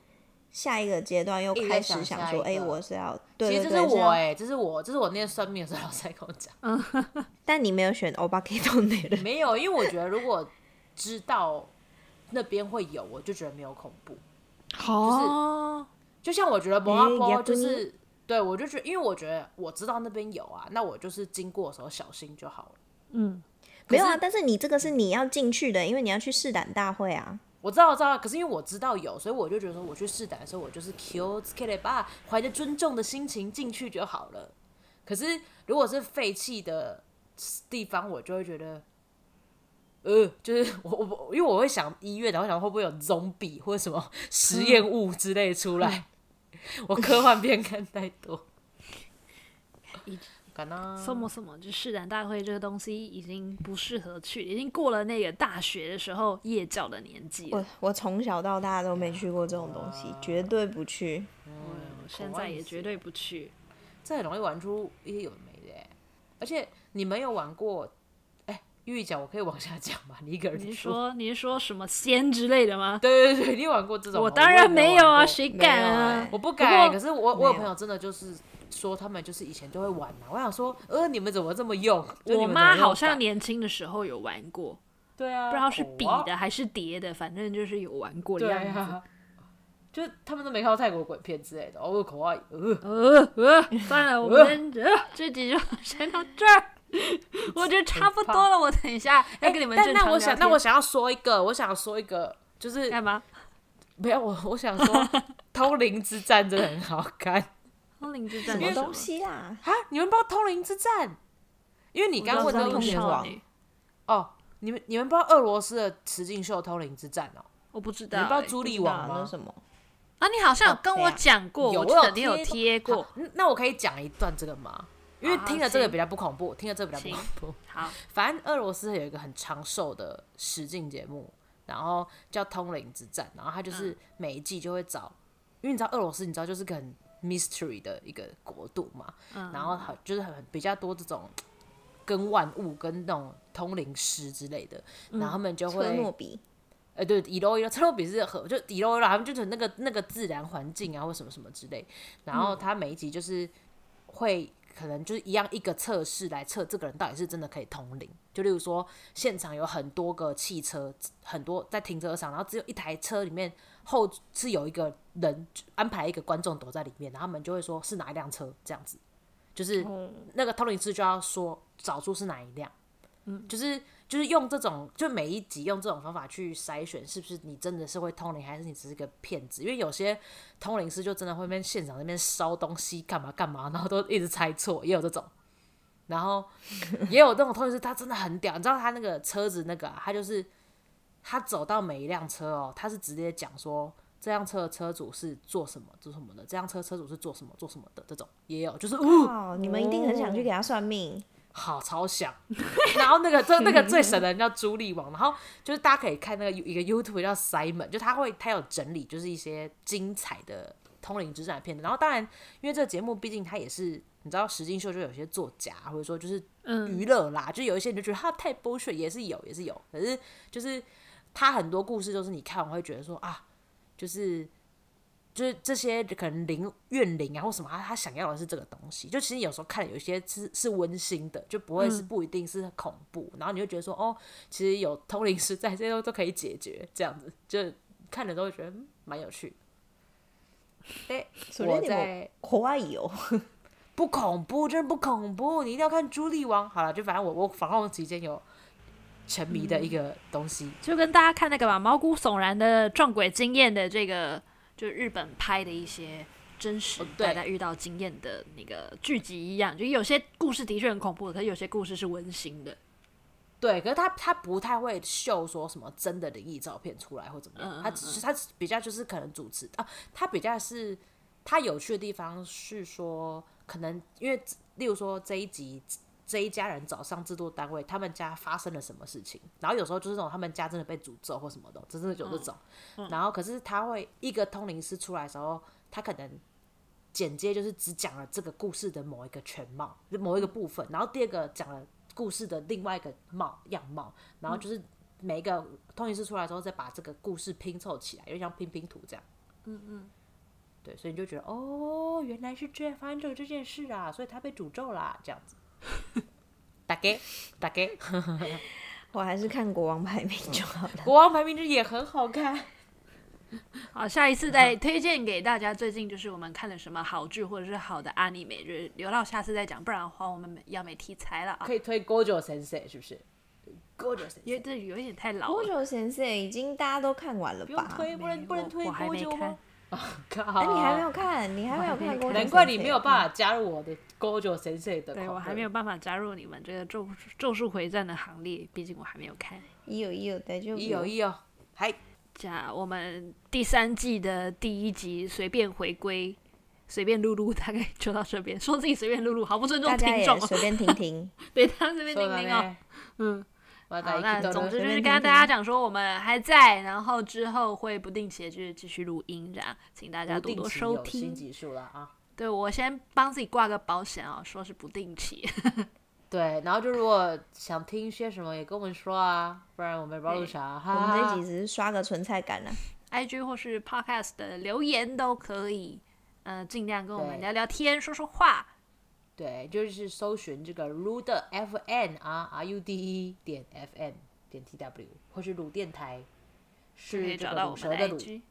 Speaker 2: 下一个阶段又
Speaker 1: 一直在
Speaker 2: 开始
Speaker 1: 想
Speaker 2: 想
Speaker 1: 下
Speaker 2: 说，
Speaker 1: 一
Speaker 2: 哎、
Speaker 1: 个
Speaker 2: 我是要对
Speaker 1: 其实
Speaker 2: 对
Speaker 1: 这
Speaker 2: 对，
Speaker 1: 是
Speaker 2: 要
Speaker 1: 我哎、这是我，这是我那天算命的时候老师在跟我讲。
Speaker 2: 但你没有选欧巴 K 动内的，
Speaker 1: 没有，因为我觉得如果知道那边会有，我就觉得没有恐怖。
Speaker 3: 哦，
Speaker 1: 就像我觉得摩阿
Speaker 2: 也
Speaker 1: 波
Speaker 2: 不
Speaker 1: 就是，对我就觉得，因为我觉得我知道那边有啊，那我就是经过的时候小心就好了。
Speaker 3: 嗯，
Speaker 2: 没有
Speaker 1: 可
Speaker 2: 啊？
Speaker 1: 是
Speaker 2: 但是你这个是你要进去的，因为你要去试胆大会啊。
Speaker 1: 我知道，我知道，可是因为我知道有，所以我就觉得说，我去试胆的时候，我就是 Q s k l e b a 怀着尊重的心情进去就好了。可是如果是废弃的地方，我就会觉得，呃，就是我我我因为我会想医院，然后想会不会有 zombie 或者什么实验物之类出来。我科幻片看太多，
Speaker 3: 一
Speaker 1: 干啊呐
Speaker 3: 什么什么，就试胆大会这个东西已经不适合去，已经过了那个大学的时候夜教的年纪了
Speaker 2: 我。我从小到大都没去过这种东西，绝对不去。
Speaker 3: 我现在也绝对不去。
Speaker 1: 这很容易玩出一些有的没的欸。而且你们有玩过？哎、玉玉讲，我可以往下讲吗？你一个人
Speaker 3: 你是
Speaker 1: 说。
Speaker 3: 说你是说什么仙之类的吗？
Speaker 1: 对对对，你有玩过这种吗？
Speaker 3: 我当然没有
Speaker 1: 哦我
Speaker 3: 啊，
Speaker 1: 也玩过
Speaker 3: 谁敢啊
Speaker 2: 没有欸？
Speaker 1: 我不
Speaker 3: 不
Speaker 1: 敢。
Speaker 3: 过
Speaker 1: 可是我我有
Speaker 2: 没有
Speaker 1: 朋友真的就是说，他们就是以前就会玩嘛。我想说，呃，你们怎么这么用？就你
Speaker 3: 我
Speaker 1: 们怎
Speaker 3: 妈
Speaker 1: 么那么
Speaker 3: 好像
Speaker 1: 敢
Speaker 3: 年轻的时候有玩过，
Speaker 1: 对啊，
Speaker 3: 不知道是笔
Speaker 1: 我
Speaker 3: 的还是叠的，反正就是有玩过的
Speaker 1: 对
Speaker 3: 样 子。
Speaker 1: 啊，就他们都没看过泰国鬼片之类的。哦，我口外，呃，
Speaker 3: 呃呃，算了，我们呃这集就 先到 这儿，我觉得差不多了。我等一下要哎跟你们
Speaker 1: 哎但
Speaker 3: 正
Speaker 1: 那
Speaker 3: 常
Speaker 1: 我
Speaker 3: 聊
Speaker 1: 想，
Speaker 3: 天啊
Speaker 1: 那我想要说一个，我想要说一个，就是
Speaker 3: 干嘛？
Speaker 1: 没有我，我想说 《通灵之战》真的很好 看
Speaker 3: 通灵之
Speaker 2: 什
Speaker 3: 战
Speaker 2: 么
Speaker 3: 是
Speaker 2: 东？西啊？
Speaker 1: 啊！你们不知道《通灵之战》？因为你
Speaker 3: 我
Speaker 1: 刚刚
Speaker 3: 知
Speaker 1: 问啊
Speaker 3: 道
Speaker 1: 到
Speaker 2: 通
Speaker 3: 通
Speaker 2: 灵
Speaker 3: 灵
Speaker 2: 之
Speaker 3: 少欸
Speaker 2: 王
Speaker 3: 女，
Speaker 1: 哦，你们你们不知道俄罗斯的雌竞秀《通灵之战》哦？
Speaker 3: 我不知
Speaker 1: 你
Speaker 3: 道
Speaker 1: 们不知道
Speaker 3: 欸。
Speaker 1: 朱莉
Speaker 2: 不知道
Speaker 1: 王
Speaker 2: 那
Speaker 1: 吗？
Speaker 2: 什么？
Speaker 3: 啊，你好像有跟我
Speaker 2: 谁啊
Speaker 3: 讲过，
Speaker 1: 有
Speaker 3: 我记
Speaker 1: 我有
Speaker 3: 得你有
Speaker 1: 贴
Speaker 3: 贴过。
Speaker 1: 嗯那我可以讲一段这个吗？因为
Speaker 3: 好
Speaker 1: 听了这个
Speaker 3: 啊行
Speaker 1: 比较不恐怖，听了这个比较不
Speaker 3: 行
Speaker 1: 恐怖。
Speaker 3: 好，
Speaker 1: 反正俄罗斯有一个很长寿的实境节目，然后叫《通灵之战》，然后它就是每一季就会找，因为你知道俄罗斯，你知道就是个很 mystery 的一个国度嘛，
Speaker 3: 嗯
Speaker 1: 然后很就是很比较多这种跟万物跟那种通灵师之类的，然后他们就会
Speaker 2: 车诺比
Speaker 1: 呃，对，底楼一楼，车路比是和就底楼一楼，他们就是那个那个自然环境啊，或什么什么之类。然后他每一集就是会可能就是一样一个测试来测这个人到底是真的可以通灵。就例如说，现场有很多个汽车，很多在停车场，然后只有一台车里面后是有一个人安排一个观众躲在里面，然后他们就会说是哪一辆车这样子，就是那个通灵师就要说找出是哪一辆，嗯，就是就是用这种，就每一集用这种方法去筛选，是不是你真的是会通灵，还是你只是个骗子？因为有些通灵师就真的会边现场那边烧东西干嘛干嘛，然后都一直猜错，也有这种。然 后也有那种通灵师，他真的很屌，你知道他那个车子那个、啊，他就是他走到每一辆车哦，他是直接讲说这辆车的车主是做什么做什么的，这辆车车主是做什么做什么的，这种也有，就是呜。
Speaker 2: 哦，你们一定很想去给他算命。
Speaker 1: 好超想。然后那个最那个最神的人叫朱莉王，然后就是大家可以看那个一个 YouTube 叫 Simon，就他会他有整理就是一些精彩的通灵之战的片段。然后当然，因为这个节目毕竟它也是你知道实境秀就有些作假，或者说就是娱乐啦，就有一些人就觉得他太 bullshit 也是有也是有，可是就是他很多故事都是你看完会觉得说啊，就是。就是这些可能灵怨灵啊或什么，他他想要的是这个东西。就其实有时候看有一些是是温馨的，就不会是不一定是恐怖。然后你就觉得说，哦，其实有通灵师在，这些都都可以解决，这样子就看了都会觉得嗯蛮有趣的。哎、
Speaker 2: それ
Speaker 1: 我
Speaker 2: でも
Speaker 1: 在
Speaker 2: 国外有，
Speaker 1: 不恐怖，真的不恐怖，你一定要看《朱莉王》。好了，就反正我我访问期间有沉迷的一个东西，
Speaker 3: 就跟大家看那个吧，毛骨悚然的撞鬼经验的这个，就日本拍的一些真实
Speaker 1: 哦对
Speaker 3: 大家遇到经验的那个剧集一样，就有些故事的确很恐怖，可是有些故事是温馨的。
Speaker 1: 对，可是他他不太会秀说什么真的灵异照片出来或怎么
Speaker 3: 嗯嗯
Speaker 1: 样，他只是他比较就是可能主持啊，他比较是他有趣的地方是说，可能因为例如说这一集这一家人早上制作单位他们家发生了什么事情，然后有时候就是那种他们家真的被诅咒或什么的，真的有这种，
Speaker 3: 嗯
Speaker 1: 然后可是他会一个通灵师出来的时候，他可能简介就是只讲了这个故事的某一个全貌，就某
Speaker 3: 嗯
Speaker 1: 一个部分，然后第二个讲了故事的另外一个貌样貌，然后就是每一个通灵师出来之后，再把这个故事拼凑起来，有点像拼拼图这样。嗯嗯。对，所以你就觉得哦，原来是这样，发生这这件事啊，所以他被诅咒啦，这样 子。打给打 给，
Speaker 2: 我还是看国王排名就好 了。
Speaker 1: 国王排名这也很好看。
Speaker 3: 好，下一次再推荐给大家。最近就是我们看了什么好剧或者是好的 anime，就是留到下次再讲，不然的话我们要没题材了啊。
Speaker 1: 可以推 Gojo Sensei 是不是？Gojo Sensei
Speaker 3: 因为这有一点太老
Speaker 2: 多
Speaker 3: 了，
Speaker 2: 久先生已经大家都看完了
Speaker 1: 不用
Speaker 2: 吧？
Speaker 1: 推，不能不能推
Speaker 3: 我还没
Speaker 1: Gojo
Speaker 3: 看
Speaker 1: 吗？
Speaker 2: 哎、
Speaker 1: 靠
Speaker 2: 你还没有看，你还没有看过，
Speaker 1: 啊哎难怪你没有办法加入我的 Gojo Sensei 的。
Speaker 3: 对我还没有。办法加入你们这个咒咒术回战的行列，毕竟我还没有看。
Speaker 2: 一有一有的就
Speaker 1: 一有一哦有，还
Speaker 3: 这样，我们第三季的第一集随便回归，随便录录，大概就到这边。说自己随便录录，好不尊重
Speaker 2: 大家
Speaker 3: 听
Speaker 2: 也
Speaker 3: 众哦。
Speaker 2: 随便听 听。
Speaker 3: 对，他们随便
Speaker 1: そうだ
Speaker 3: 听听哦。
Speaker 1: ね。
Speaker 3: 嗯，
Speaker 1: また
Speaker 3: 好，那
Speaker 1: 生きと
Speaker 3: 总之
Speaker 1: る。
Speaker 3: 就是跟大家讲说，我们还在，然后之后会不定期地就是继续录音，这样，请大家
Speaker 1: 不
Speaker 3: 多
Speaker 1: 定
Speaker 3: 多
Speaker 1: 期
Speaker 3: 收
Speaker 1: 有新
Speaker 3: 听。
Speaker 1: 集数了啊。
Speaker 3: 对我先帮自己挂个保险哦，说是不定期。
Speaker 1: 对，然后就如果想听些什么，也跟我们说啊，不然我们也不知道录啥。
Speaker 2: 我
Speaker 1: 哈哈
Speaker 2: 们
Speaker 1: 哈
Speaker 2: 这一集只是刷个纯菜感啊。
Speaker 3: IG 或是 Podcast 的留言都可以，呃，尽量跟我们
Speaker 1: 对
Speaker 3: 聊聊天，说说话。
Speaker 1: 对，就是搜寻这个 Rude F N 啊，R U D E 点 F N 点 T W，或是鲁电台，
Speaker 3: 可以
Speaker 1: 是这
Speaker 3: 找
Speaker 1: 个
Speaker 3: 到我
Speaker 1: 鲁
Speaker 3: 们
Speaker 1: 蛇
Speaker 3: 的
Speaker 1: 的鲁。
Speaker 3: IG。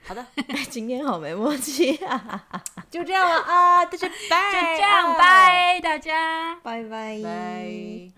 Speaker 1: 好的，
Speaker 2: 今天好没默契啊！
Speaker 1: 就这样了啊，大家拜，
Speaker 3: 就这样，拜大家。
Speaker 2: 拜拜。
Speaker 1: 拜。